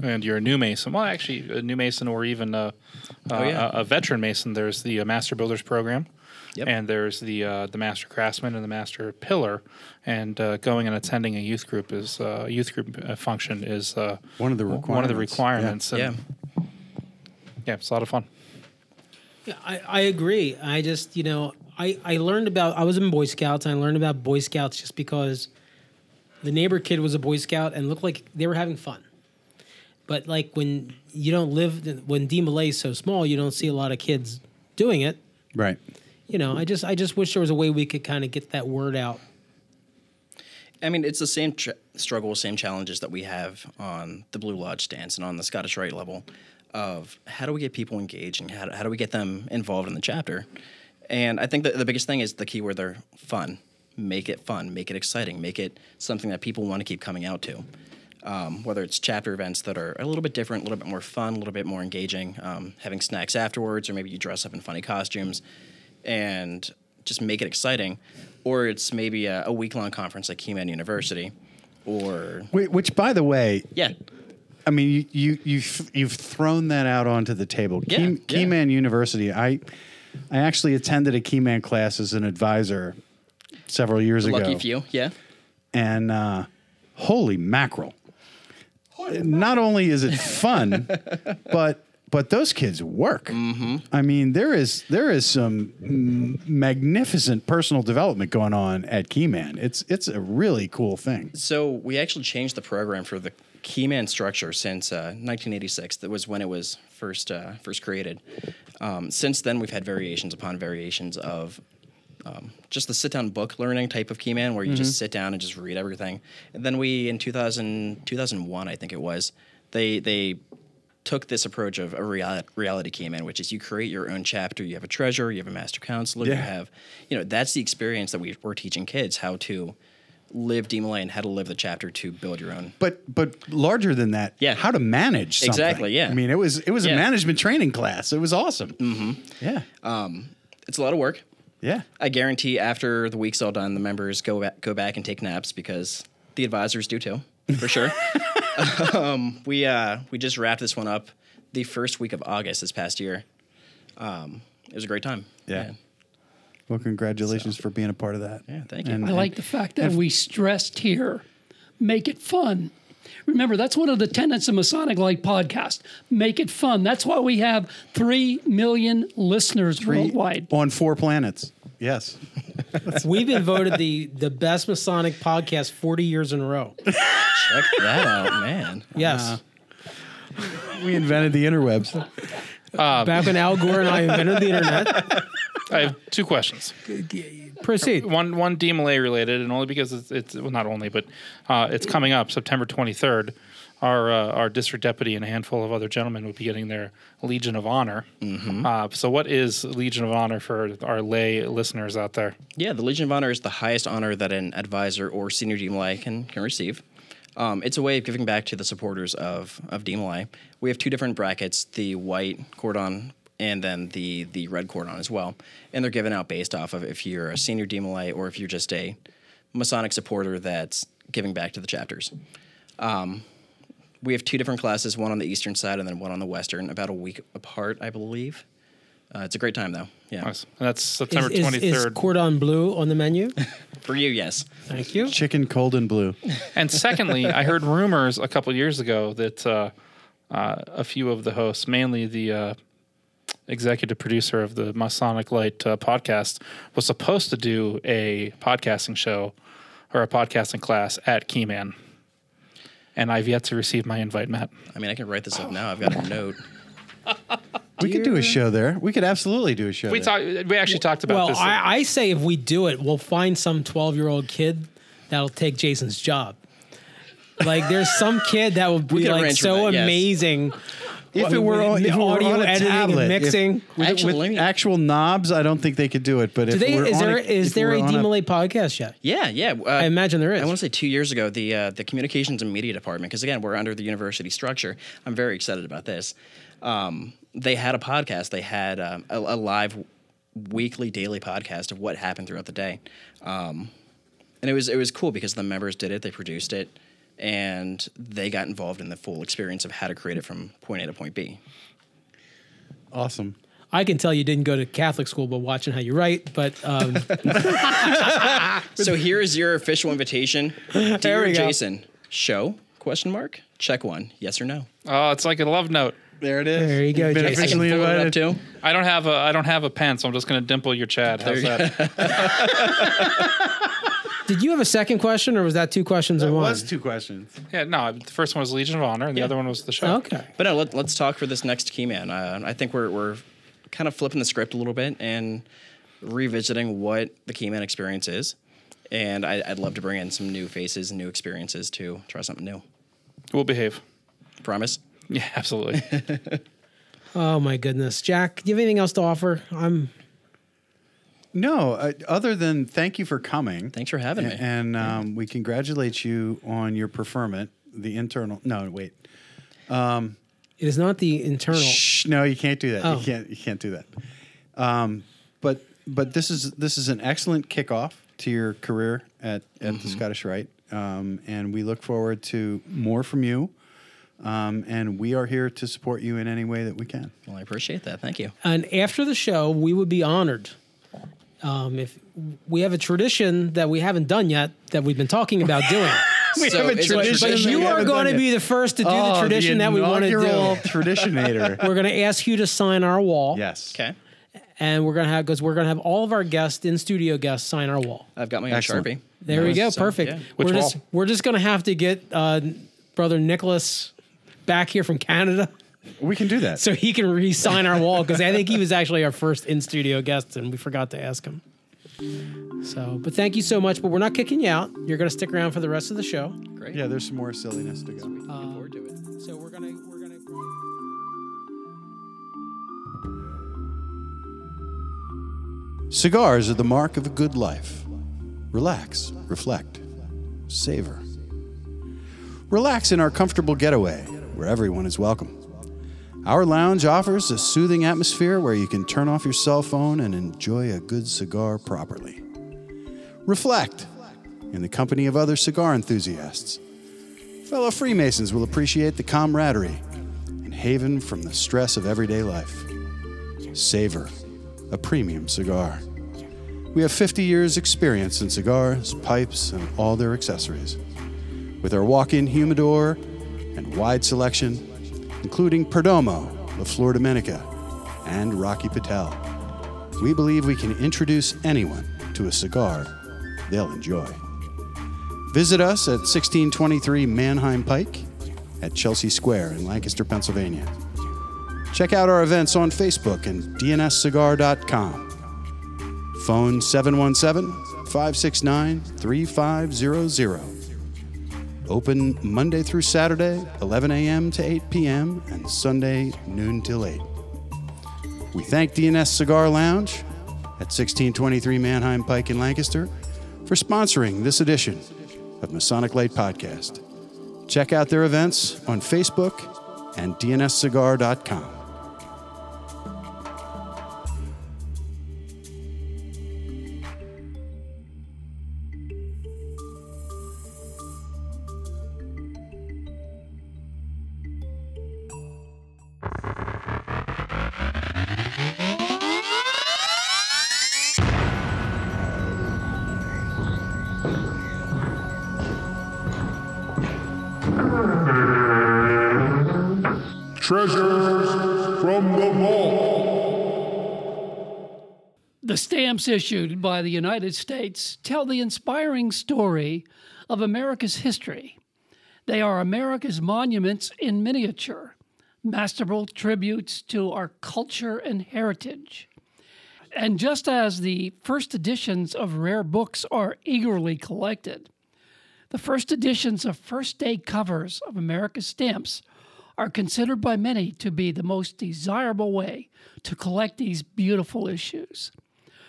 and you're a new Mason, well, actually, a new Mason or even a, a,
Oh, yeah.
a, a veteran Mason, there's the uh, Master Builders Program,
Yep.
and there's the uh, the Master Craftsman and the Master Pillar. And uh, going and attending a youth group is uh, youth group uh, function is uh,
One of the
one of the requirements.
requirements.
yeah,
And, yeah, it's a lot of fun.
Yeah, I, I agree. I just, you know, I, I learned about, I was in Boy Scouts and I learned about Boy Scouts just because the neighbor kid was a Boy Scout and looked like they were having fun. But like when you don't live, when D Malay is so small, you don't see a lot of kids doing it.
right.
You know, I just, I just wish there was a way we could kind of get that word out.
I mean it's the same tr- struggle, same challenges that we have on the Blue Lodge stance and on the Scottish Rite level of how do we get people engaged and how do, how do we get them involved in the chapter? And I think that the biggest thing is the key word there: fun. Make it fun, make it exciting, make it something that people want to keep coming out to. um, whether it's chapter events that are a little bit different, a little bit more fun, a little bit more engaging, um, having snacks afterwards, or maybe you dress up in funny costumes and just make it exciting, or it's maybe a, a week long conference like He Man University, or
Wait, which, by the way,
yeah,
I mean, you, you you've you've thrown that out onto the table.
Yeah,
Key,
yeah.
Keyman University. I I actually attended a Keyman class as an advisor several years ago.
lucky few, yeah,
and uh, holy mackerel! Not only is it fun, but But those kids work. Mm-hmm. I mean, there is there is some m- magnificent personal development going on at Keyman. It's it's a really cool thing.
So we actually changed the program for the Keyman structure since uh, 1986. That was when it was first uh, first created. Um, since then, we've had variations upon variations of um, just the sit down book learning type of Keyman, where you just sit down and just read everything. And then we in 2000 2001, I think it was, they they took this approach of a reality, reality Keyman, which is you create your own chapter. You have a treasurer, you have a master counselor, you
Yeah.
have you know that's the experience that we, we're teaching kids how to live Demolay and how to live the chapter to build your own
But but larger than that,
Yeah.
How to manage something.
Exactly, yeah.
I mean, it was it was a
Yeah. Uh,
management training class. It was awesome. Mm-hmm. Yeah.
it's a lot of work.
yeah.
I guarantee after the week's all done, the members go back, go back and take naps because the advisors do too, for sure. um, we uh, we just wrapped this one up the first week of August this past year. Um, it was a great time.
Yeah. Well, congratulations for being a part of that. Yeah,
thank you.
I like the fact that we stressed here, make it fun. Remember, that's one of the tenets of Masonic Light podcast. Make it fun. That's why we have three million listeners worldwide.
on four planets. Yes.
We've been voted the the best Masonic podcast 40 years in a row.
Check that out, man.
Yes.
We invented the interwebs.
Back when Al Gore and I invented the internet.
I have two questions.
Proceed.
One one DMLA related, and only because it's, it's well, not only, but uh, it's coming up September 23rd. Our uh, our district deputy and a handful of other gentlemen will be getting their Legion of Honor. Uh, so, what is Legion of Honor for our lay listeners out there?
Yeah, the Legion of Honor is the highest honor that an advisor or senior DMLI can, can receive. Um, it's a way of giving back to the supporters of, of DMLI. We have two different brackets the white cordon and then the, the red cordon as well. And they're given out based off of if you're a senior DMLI or if you're just a Masonic supporter that's giving back to the chapters. Um, we have two different classes, one on the eastern side and then one on the western, about a week apart, I believe. Uh, it's a great time, though. Yeah.
Nice. And that's September
Is, is,
23rd.
is Cordon Bleu on the menu?
For you, yes.
Thank you.
Chicken cold and blue.
And secondly, I heard rumors a couple years ago that uh, uh, a few of the hosts, mainly the uh, executive producer of the Masonic Light uh, podcast, was supposed to do a podcasting show or a podcasting class at Keyman. And I've yet to receive my invite, Matt.
I mean, I can write this up now. I've got a note.
We could do a show there. We could absolutely do a show.
We
there.
talked. We actually talked about
Well,
this.
I, I say if we do it, we'll find some 12 year old kid that'll take Jason's job. Like there's some kid that would be
can
like
arrange for
so
that, yes.
amazing.
if it were
With-
on,
with
if it were
audio
on a
editing and
tablet, if-
mixing.
with,
Actually,
with
let me-
actual knobs, I don't think they could do it. But
Do
if
they,
we're
is
on
there
a,
is
if
there
we're
a
on
Demolay podcast yet?
Yeah, yeah. Uh,
I imagine there is.
I want to say two years ago, the uh, the communications and media department, because again, we're under the university structure. I'm very excited about this. Um, they had a podcast. They had um, a, a live weekly, daily podcast of what happened throughout the day, um, and it was it was cool because the members did it. They produced it. And they got involved in the full experience of how to create it from point A to point B.
awesome.
I can tell you didn't go to Catholic school, but watching how you write. But um,
So here is your official invitation. Dear
we go.
Jason, show question mark? Check one. Yes or no?
oh, it's like a love note.
There it is.
There you go,
You've been
Jason. I
officially
I can fold it up
invited.
too.
I don't have a. I don't have a pen, so I'm just going to dimple your Chad. How's
There
that?
did you have a second question, or was that two questions in
That
one?
was two questions.
yeah. No. The first one was Legion of Honor, and the other one was the show.
Okay.
But no, let, let's talk for this next key man. Uh, I think we're, we're kind of flipping the script a little bit and revisiting what the key man experience is. And I, I'd love to bring in some new faces and new experiences to try something new.
We'll behave.
Promise?
Yeah. Absolutely.
Oh my goodness, Jack, do you have anything else to offer? I'm
No, uh, other than thank you for coming.
Thanks for having me.
And um, we congratulate you on your preferment. The internal. No, wait.
it is not the internal.
Shh, no, you can't do that.
Oh.
You can't. You can't do that. Um, but but this is this is an excellent kickoff to your career at at
Mm-hmm.
the Scottish Rite, um, and we look forward to more from you. Um, and we are here to support you in any way that we can.
Well, I appreciate that. Thank you.
And after the show, we would be honored. Um, if we have a tradition that we haven't done yet that we've been talking about doing,
we
So
have a
it's a
tradition.
But
tradition.
that we
you are
haven't
going to
done
be
yet.
the first to do
Oh,
the tradition that we want to
inaugural
do.
Traditionator.
We're going to ask you to sign our wall.
yes.
Okay.
And we're going to have, because we're going to have all of our guests, in studio guests, sign our wall.
I've got my own
Excellent.
Sharpie.
There we go. Perfect.
yeah.
We're
Which
just,
wall?
we're just going to have to get uh, brother Nicholas back here from Canada
We can do that.
so he can re sign our wall because I think he was actually our first in studio guest and we forgot to ask him. So, but thank you so much. But we're not kicking you out. You're going to stick around for the rest of the show.
Great.
yeah, there's some more silliness to go.
Looking forward to it.
So we're going to, we're going to.
Cigars are the mark of a good life. Relax, reflect, savor. Relax in our comfortable getaway where everyone is welcome. Our lounge offers a soothing atmosphere where you can turn off your cell phone and enjoy a good cigar properly. Reflect in the company of other cigar enthusiasts. Fellow Freemasons will appreciate the camaraderie and haven from the stress of everyday life. Savor a premium cigar. We have 50 years' experience in cigars, pipes, and all their accessories. With our walk in humidor and wide selection, including Perdomo, La Flor Dominica, and Rocky Patel, we believe we can introduce anyone to a cigar they'll enjoy. Visit us at 1623 Mannheim Pike at Chelsea Square in Lancaster, Pennsylvania. Check out our events on Facebook and dnscigar.com. Phone 717-569-3500. Open Monday through Saturday, 11 a.m. to 8 p.m. and Sunday noon till 8. We thank DNS Cigar Lounge at 1623 Mannheim Pike in Lancaster for sponsoring this edition of Masonic Light Podcast. Check out their events on Facebook and dnscigar.com.
Treasures from the vault.
The stamps issued by the United States tell the inspiring story of America's history. They are America's monuments in miniature, masterful tributes to our culture and heritage. And just as the first editions of rare books are eagerly collected, the first editions of first day covers of America's stamps are considered by many to be the most desirable way to collect these beautiful issues.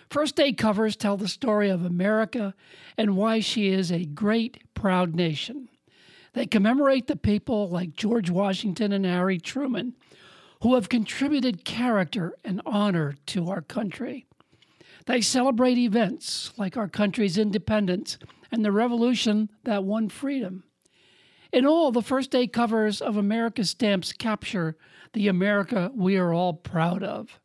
First Day covers tell the story of America and why she is a great, proud nation. They commemorate the people like George Washington and Harry Truman who have contributed character and honor to our country. They celebrate events like our country's independence and the revolution that won freedom. In all, the first day covers of America's stamps capture the America we are all proud of.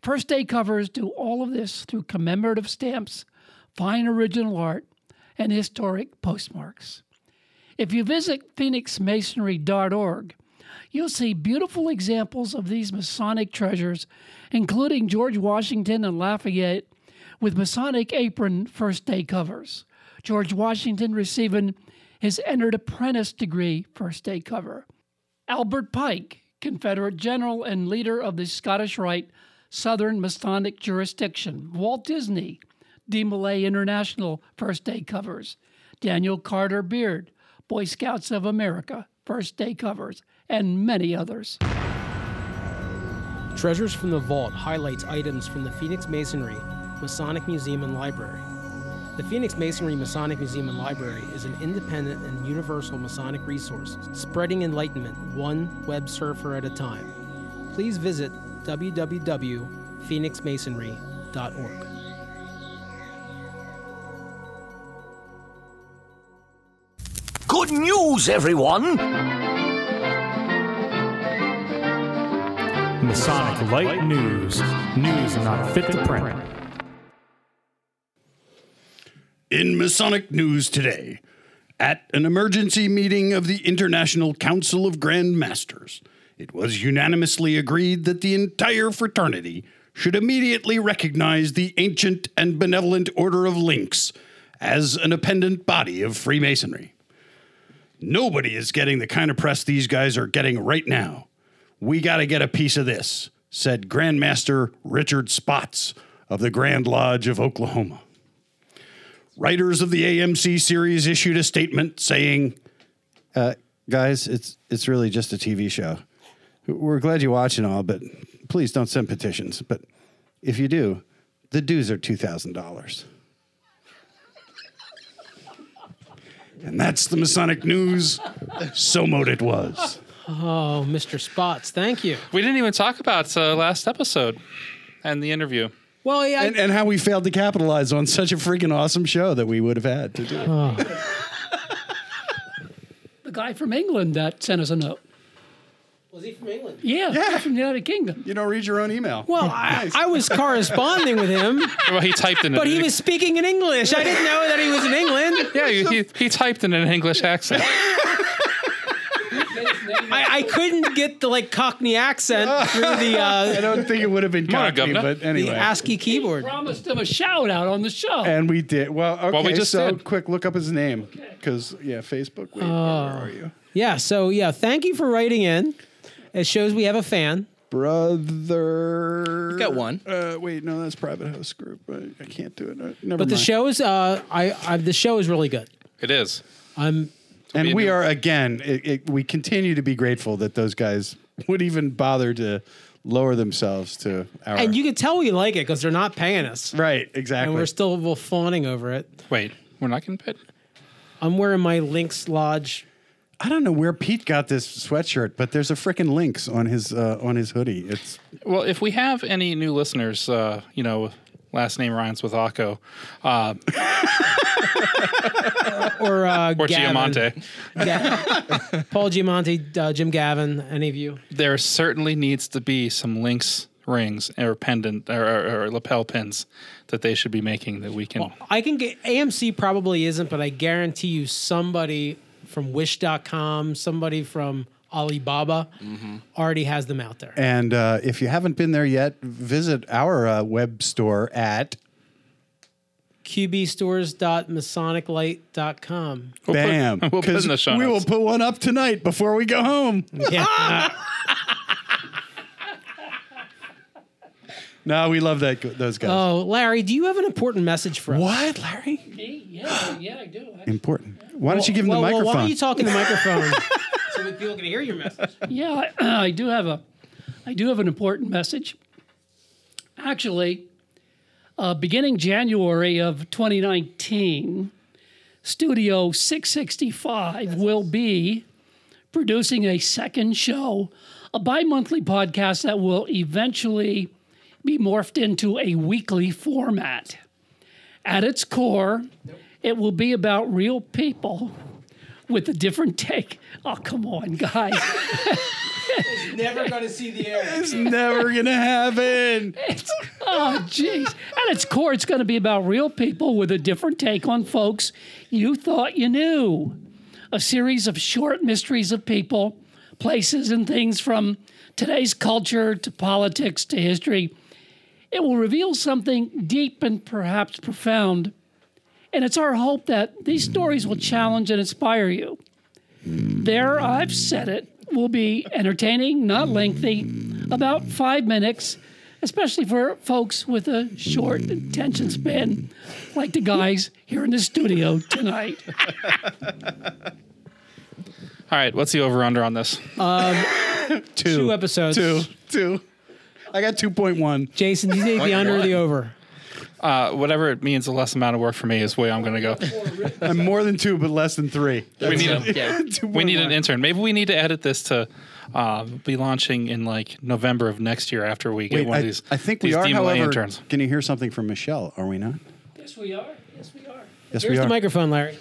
First Day covers do all of this through commemorative stamps, fine original art, and historic postmarks. If you visit phoenixmasonry.org, you'll see beautiful examples of these Masonic treasures, including George Washington and Lafayette with Masonic apron first day covers. George Washington receiving his entered apprentice degree first day cover. Albert Pike, Confederate general and leader of the Scottish Rite Southern Masonic jurisdiction. Walt Disney, De Malay International First Day covers. Daniel Carter Beard, Boy Scouts of America First Day covers, and many others.
Treasures from the Vault highlights items from the Phoenix Masonry, Masonic Museum, and Library. The Phoenix Masonry Masonic Museum and Library is an independent and universal Masonic resource, spreading enlightenment one web surfer at a time. Please visit www.phoenixmasonry.org.
Good news, everyone!
Masonic Light News. News not fit to print.
In Masonic news today, at an emergency meeting of the International Council of Grand Masters, it was unanimously agreed that the entire fraternity should immediately recognize the ancient and benevolent Order of Lynx as an appendant body of Freemasonry. Nobody is getting the kind of press these guys are getting right now. We got to get a piece of this, said Grand Master Richard Spots of the Grand Lodge of Oklahoma. Writers of the AMC series issued a statement saying,
Uh, guys, it's it's really just a TV show. We're glad you watch and all, but please don't send petitions. But if you do, the dues are two thousand dollars.
and that's the Masonic news. So mote it was.
Oh, Mr. Spots, thank you.
We didn't even talk about uh, last episode and the interview.
Well, yeah.
And, and how we failed to capitalize on such a freaking awesome show that we would have had to do.
The guy from England that sent us a note.
Was he from England?
Yeah, yeah. from the United Kingdom.
You don't read your own email.
Well, I, I was corresponding with him.
Well, he typed in.
But he was speaking in English. I didn't know that he was in England.
Yeah, he, he, he typed in an English accent.
I, I couldn't get the like Cockney accent through the. Uh,
I don't think it would have been Cockney, but anyway.
the ASCII keyboard.
Promised him a shout out on the show.
and we did well. Okay,
Well, we just
so
did.
quick, look up his name because yeah, Facebook. Wait, where
Oh.
are you,
Yeah. So yeah, thank you for writing in. It shows we have a fan.
brother? You
got one.
Uh, wait, no, that's private house group. I, I can't do it. Uh, never
but the
mind.
show is uh, I, I the show is really good.
It is.
I'm
and we are again. It, it, we continue to be grateful that those guys would even bother to lower themselves to our.
and you can tell we like it because they're not paying us.
Right. Exactly.
And we're still well, fawning over it.
Wait, we're not getting paid.
I'm wearing my Lynx Lodge.
I don't know where Pete got this sweatshirt, but there's a freaking links on his uh, on his hoodie. It's
Well, if we have any new listeners, uh, you know, last name rhymes with Akko, uh,
or uh,
or
Gavin.
Giamante,
Ga- Paul Giamatti, uh, Jim Gavin, any of you?
there certainly needs to be some links rings or pendant or, or, or lapel pins that they should be making that we can.
I can get AMC probably isn't, but I guarantee you somebody from Wish.com, somebody from Alibaba
Mm-hmm.
already has them out there.
and uh, if you haven't been there yet, visit our uh, web store at
QBstores.masoniclight.com.
bam. 'cause we will put one up tonight before we go home.
Yeah.
no, we love that those guys.
oh, Larry, do you have an important message for us?
What, Larry?
yeah, yeah, I do.
Important. Why don't you give him the
well,
microphone?
Well, why don't you talk in the microphone so that people can hear your message?
Yeah, I, I do have a, I do have an important message. Actually, uh, beginning January of 2019, Studio 665 will be producing a second show, a bi-monthly podcast that will eventually be morphed into a weekly format. At its core, it will be about real people with a different take. Oh, come on, guys.
Never going to see the air.
It's never going to happen.
It's, oh, jeez. At its core, it's going to be about real people with a different take on folks you thought you knew. A series of short mysteries of people, places, and things from today's culture to politics to history. It will reveal something deep and perhaps profound. And it's our hope that these stories will challenge and inspire you. There, I've said it, will be entertaining, not lengthy, about five minutes, especially for folks with a short attention span, like the guys here in the studio tonight.
All right, what's the over under on this?
Um,
two.
two episodes.
Two. Two. I got 2.1.
Jason, do you think the under or the over?
Uh, whatever it means, the less amount of work for me is the way I'm going to go.
I'm more than two, but less than three.
we need, a,
Yeah.
we need an intern. Maybe we need to edit this to uh, be launching in like November of next year after we get
Wait,
one of
I-
these.
I think we
these
are,
DMLA
however.
interns.
Can you hear something from Michelle? Are we not?
yes, we are. Yes, we are.
Yes,
Here's
we are.
the microphone, Larry.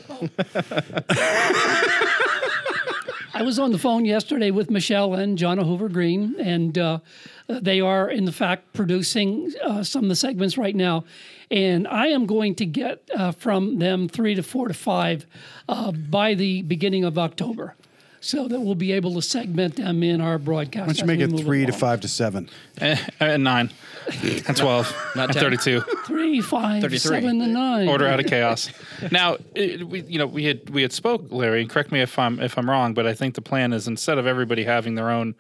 I was on the phone yesterday with Michelle and Jonna Hoover Green, and uh, they are, in the fact, producing uh, some of the segments right now. And I am going to get uh, from them three to four to five uh, by the beginning of October. So that we'll be able to segment them in our
Why
broadcast.
don't you
as
make
we
it
move
three to
along.
five to seven?
Eh, and nine, and twelve,
Not
and
ten.
thirty-two.
Three, five,
33.
seven, and nine.
Order out of chaos. Now, it, we, you know, we had we had spoke, Larry. and Correct me if I'm if I'm wrong, but I think the plan is instead of everybody having their own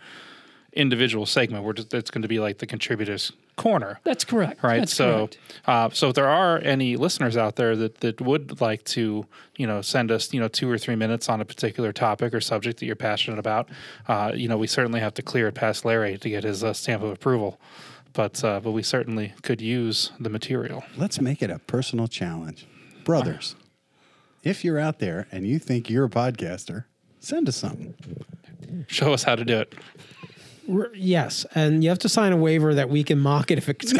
individual segment, we're just, it's going to be like the contributors corner.
That's correct.
Right.
That's
so,
correct.
uh, so if there are any listeners out there that, that would like to, you know, send us, you know, two or three minutes on a particular topic or subject that you're passionate about, uh, you know, we certainly have to clear it past Larry to get his uh, stamp of approval, but uh, but we certainly could use the material.
Let's make it a personal challenge. Brothers, if you're out there and you think you're a podcaster, send us something.
Show us how to do it.
We're- yes, and you have to sign a waiver that we can mock it if it's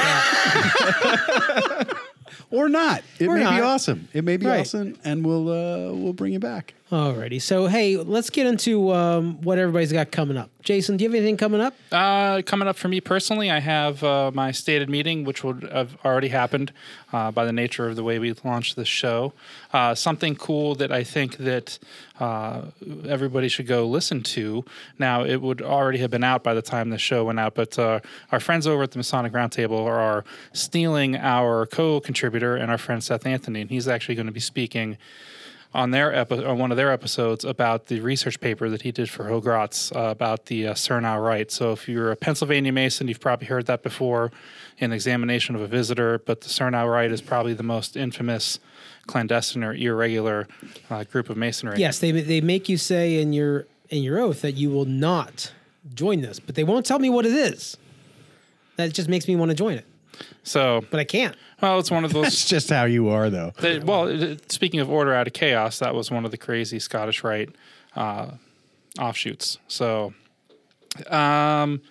or not. It
Or
may
not.
be awesome. It may be
Right.
awesome, and we'll uh, we'll bring you back.
Alrighty. So hey, let's get into um, what everybody's got coming up. Jason, do you have anything coming up?
Uh, coming up for me personally, I have uh, my stated meeting, which would have already happened uh, by the nature of the way we launched this show. Uh, something cool that I think that uh, everybody should go listen to. Now, it would already have been out by the time the show went out, but uh, our friends over at the Masonic Roundtable are stealing our co-contributor and our friend Seth Anthony, and he's actually going to be speaking on their epi- on one of their episodes about the research paper that he did for Hogratz uh, about the uh, Cernow right. So if you're a Pennsylvania Mason, you've probably heard that before in examination of a visitor, but the Cernow right is probably the most infamous clandestine or irregular uh, group of masonry.
Yes, they they make you say in your in your oath that you will not join this, but they won't tell me what it is. That just makes me want to join it.
So,
but I can't.
Well, it's one of those.
That's just how you are, though.
They, well, it- it- speaking of order out of chaos, that was one of the crazy Scottish Rite uh, offshoots. So, um,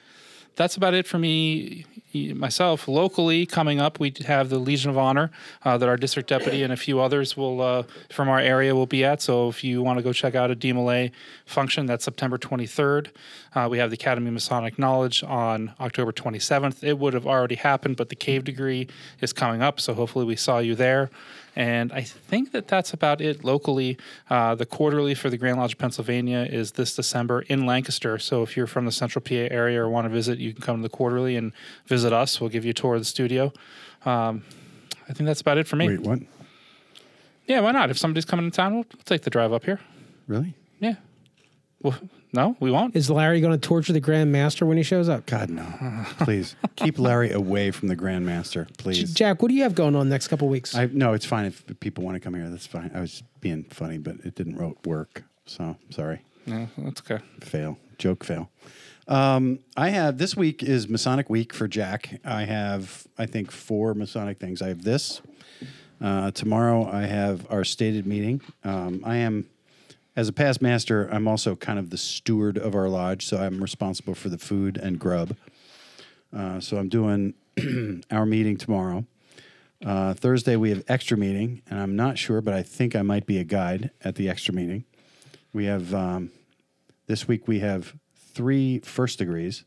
that's about it for me y- myself. Locally, coming up, we have the Legion of Honor uh, that our district deputy and a few others will uh, from our area will be at. So, if you want to go check out a DMLA function, that's September 23rd. Uh, we have the Academy of Masonic Knowledge on October 27th. It would have already happened, but the Cave Degree is coming up. So, hopefully, we saw you there. And I think that that's about it locally. Uh, the quarterly for the Grand Lodge of Pennsylvania is this December in Lancaster. So if you're from the central PA area or want to visit, you can come to the quarterly and visit us. We'll give you a tour of the studio. Um, I think that's about it for me.
Wait, what?
Yeah, why not? If somebody's coming to town, we'll, we'll take the drive up here.
Really?
Yeah. Well, no, we won't.
Is Larry going to torture the Grand Master when he shows up?
God no. Please keep Larry away from the Grandmaster, please.
Jack, what do you have going on next couple weeks?
I no, it's fine if people want to come here. That's fine. I was being funny, but it didn't ro- work. So sorry.
No, that's okay.
Fail. Joke fail. Um, I have this week is Masonic week for Jack. I have I think four Masonic things. I have this. Uh, tomorrow I have our stated meeting. Um, I am as a past master. I'm also kind of the steward of our lodge, so I'm responsible for the food and grub. Uh, so I'm doing our meeting tomorrow. Uh, Thursday we have extra meeting, and I'm not sure, but I think I might be a guide at the extra meeting. We have um, this week we have three first degrees,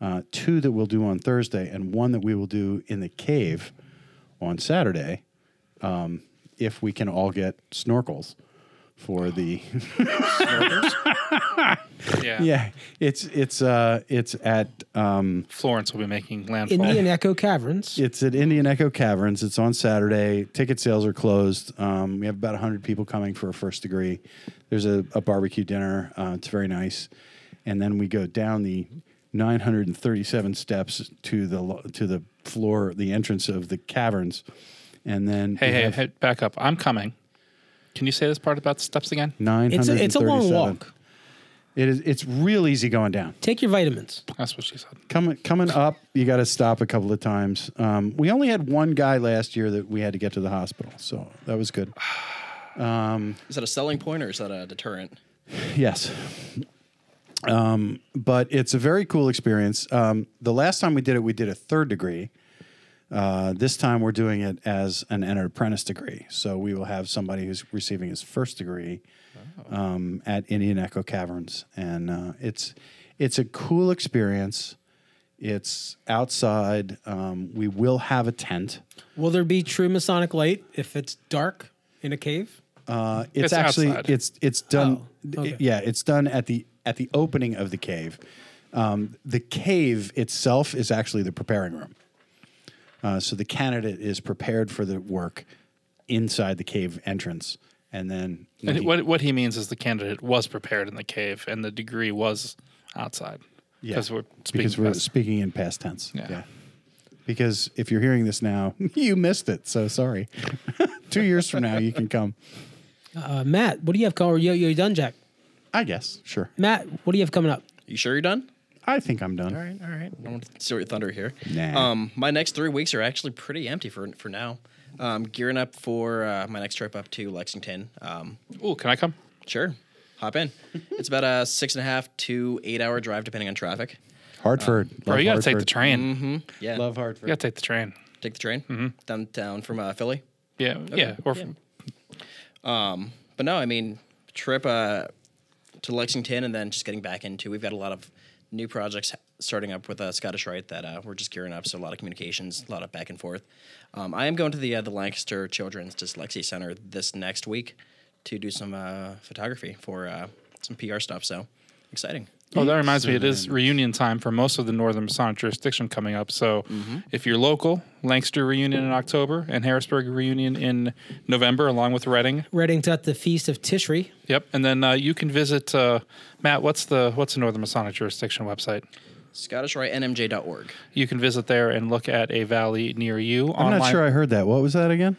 uh, two that we'll do on Thursday, and one that we will do in the cave on Saturday, um, if we can all get snorkels for the
Yeah.
yeah. It's it's uh it's at um,
Florence will be making landfall.
Indian Echo Caverns.
It's at Indian Echo Caverns. It's on Saturday. Ticket sales are closed. Um, we have about 100 people coming for a first degree. There's a, a barbecue dinner. Uh, it's very nice. And then we go down the 937 steps to the lo- to the floor, the entrance of the caverns, and then
Hey,
we
hey,
have
hey, back up. I'm coming. Can you say this part about the steps again?
937.
It's a- it's a long walk.
It is. It's real easy going down.
Take your vitamins.
That's what she said.
Coming coming up, you got to stop a couple of times. Um, we only had one guy last year that we had to get to the hospital, so that was good. Um,
Is that a selling point or is that a deterrent?
yes, um, but it's a very cool experience. Um, the last time we did it, we did a third degree, Uh, this time we're doing it as an entered apprentice degree. So we will have somebody who's receiving his first degree um, at Indian Echo Caverns, and uh, it's it's a cool experience. It's outside. Um, we will have a tent.
Will there be true Masonic light if it's dark in a cave?
Uh,
It's
it's, actually
outside.
it's it's done.
Oh, okay.
it- yeah, it's done at the at the opening of the cave. Um, the cave itself is actually the preparing room. Uh, so the candidate is prepared for the work inside the cave entrance, and then when
And
he-
what what he means is the candidate was prepared in the cave, and the degree was outside.
Yeah.
because we're speaking.
because we're
past-
speaking in past tense.
Yeah.
Because if you're hearing this now, you missed it. So sorry. Two years from now, you can come.
Uh, Matt, what do you have? co- Or yo, yo, you done, Jack?
I guess. Sure.
Matt, what do you have coming up?
You sure you're done?
I think I'm done.
All right, all right. I don't want to steal your thunder here.
Nah.
Um, my next three weeks are actually pretty empty for for now. Um, gearing up for uh, my next trip up to Lexington. Um,
Ooh, can I come?
Sure, hop in. it's about a six and a half to eight hour drive, depending on traffic.
Hartford. Love
Bro,
Mm-hmm.
you gotta take
Hartford.
the train.
hmm Yeah,
Love Hartford. Mm-hmm.
You gotta take the train.
Take the train downtown from uh, Philly.
Yeah, yeah, or from-
Um, but no, I mean trip uh, to Lexington and then just getting back into. We've got a lot of new projects ha- starting up with uh, Scottish Rite that uh, we're just gearing up. So a lot of communications, a lot of back and forth. Um, I am going to the uh, the Lancaster Children's Dyslexia Center this next week to do some uh, photography for uh, some PR stuff. So exciting.
Oh, that reminds me, it is reunion time for most of the Northern Masonic jurisdiction coming up. So
Mm-hmm.
if you're local, Lancaster reunion in October and Harrisburg reunion in November, along with Reading.
Reading's at the Feast of Tishri.
Yep. And then uh, you can visit, uh, Matt, what's the what's the Northern Masonic jurisdiction website?
ScottishRiteNMJ.org.
You can visit there and look at a valley near you.
I'm not sure I heard that. What was that again?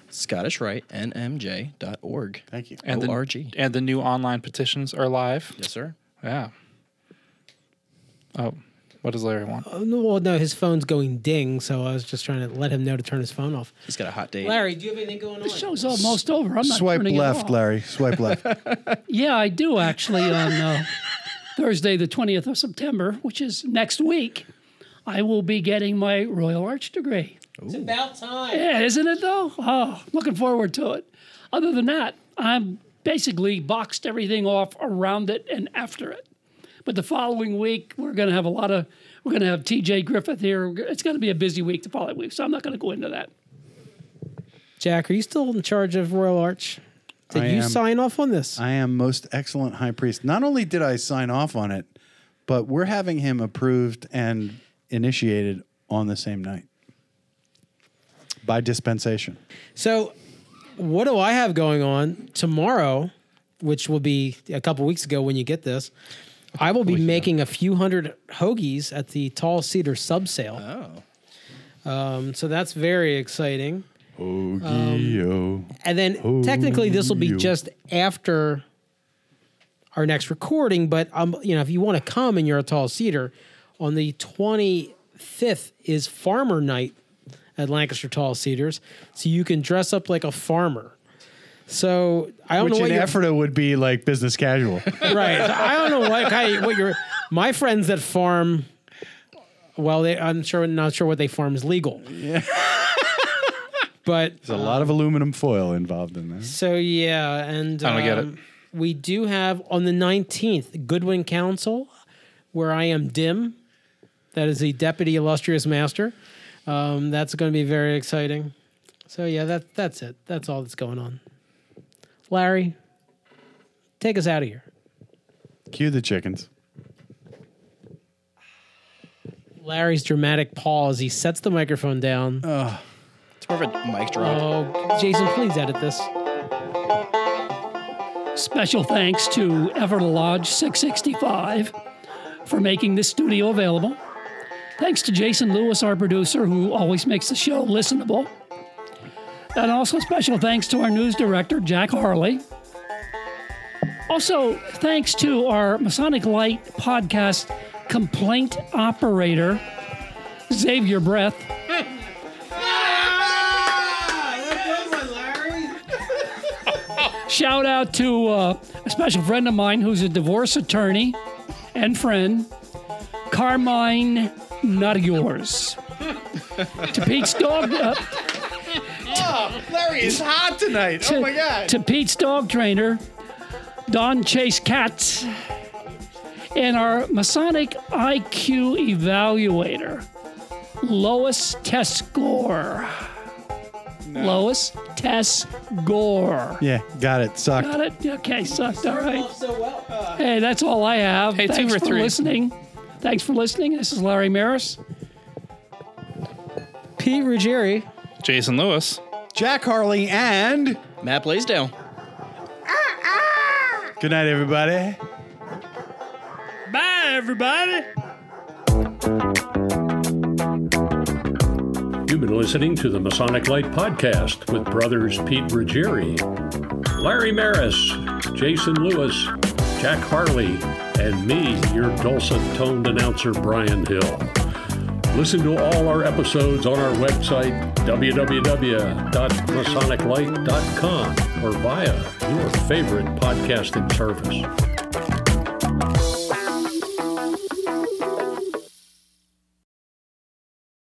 ScottishRiteNMJ.org.
Thank you.
And the,
O-R-G.
and the new online petitions are live.
Yes, sir.
Yeah. Oh, what does Larry want?
Uh,
Oh, no, well, no, his phone's going ding, so I was just trying to let him know to turn his phone off.
He's got a hot date.
Larry, do you have anything going on? The
show's almost over. I'm not
Swipe
turning it
left,
off.
Larry. Swipe left.
Yeah, I do actually on uh, Thursday, the 20th of September, which is next week. I will be getting my Royal Arch degree.
It's about time.
Yeah, isn't it though? Oh, looking forward to it. Other than that, I'm basically boxed everything off around it and after it. But the following week, we're going to have a lot of, we're going to have TJ Griffith here. It's going to be a busy week the following week, so I'm not going to go into that.
Jack, are you still in charge of Royal Arch? Did
I
you
am.
sign off on this?
I am most excellent high priest. Not only did I sign off on it, but we're having him approved and initiated on the same night by dispensation.
So, what do I have going on tomorrow, which will be a couple weeks ago when you get this? I will be making a few hundred hoagies at the Tall Cedar sub sale. Oh. Um, so that's very exciting. Um,
Hoagio.
And then technically this will be just after our next recording, but um, you know, if you want to come and you're a tall cedar, on the 25th is farmer night at Lancaster Tall Cedars. So you can dress up like a farmer. So I don't
Which
know what
in
your-
Ephrata would be like business casual.
right. I don't know what kind what your my friends that farm. Well, they, I'm sure not sure what they farm is legal. Yeah. but
There's a lot of aluminum foil involved in this.
so yeah, and um,
I don't get it.
We do have on the 19th Goodwin Council, where I am dim. That is the deputy illustrious master. Um, that's going to be very exciting. So yeah, that that's it. That's all that's going on. Larry, take us out of here.
Cue the chickens.
Larry's dramatic pause. He sets the microphone down.
It's more of a mic drop.
Oh, Jason, please edit this.
Special thanks to Everlodge 665 for making this studio available. Thanks to Jason Lewis, our producer, who always makes the show listenable. And also special thanks to our news director, Jack Harley. Also, thanks to our Masonic Light podcast complaint operator, Xavier Breath. Shout out to uh, a special friend of mine who's a divorce attorney and friend, Carmine Not Yours. to Pete's dog. Uh,
Oh, Larry is hot tonight.
to,
oh my god.
to Pete's dog trainer, Don Chase Katz, and our Masonic IQ evaluator, Lois Tess Gore. Lois Tess Gore.
Yeah, got it. Sucked.
Got it? Okay, sucked. All right. Hey, that's all I have.
Hey, two
Thanks
for
for
three.
listening. Thanks for listening. This is Larry Maris.
Pete Ruggieri.
Jason Lewis.
Jack Harley and
Matt Blaisdell.
Good night, everybody.
Bye, everybody.
You've been listening to the Masonic Light Podcast with brothers Pete Ruggieri, Larry Maris, Jason Lewis, Jack Harley, and me, your dulcet toned announcer, Brian Hill. Listen to all our episodes on our website, www.masoniclight.com, or via your favorite podcasting service.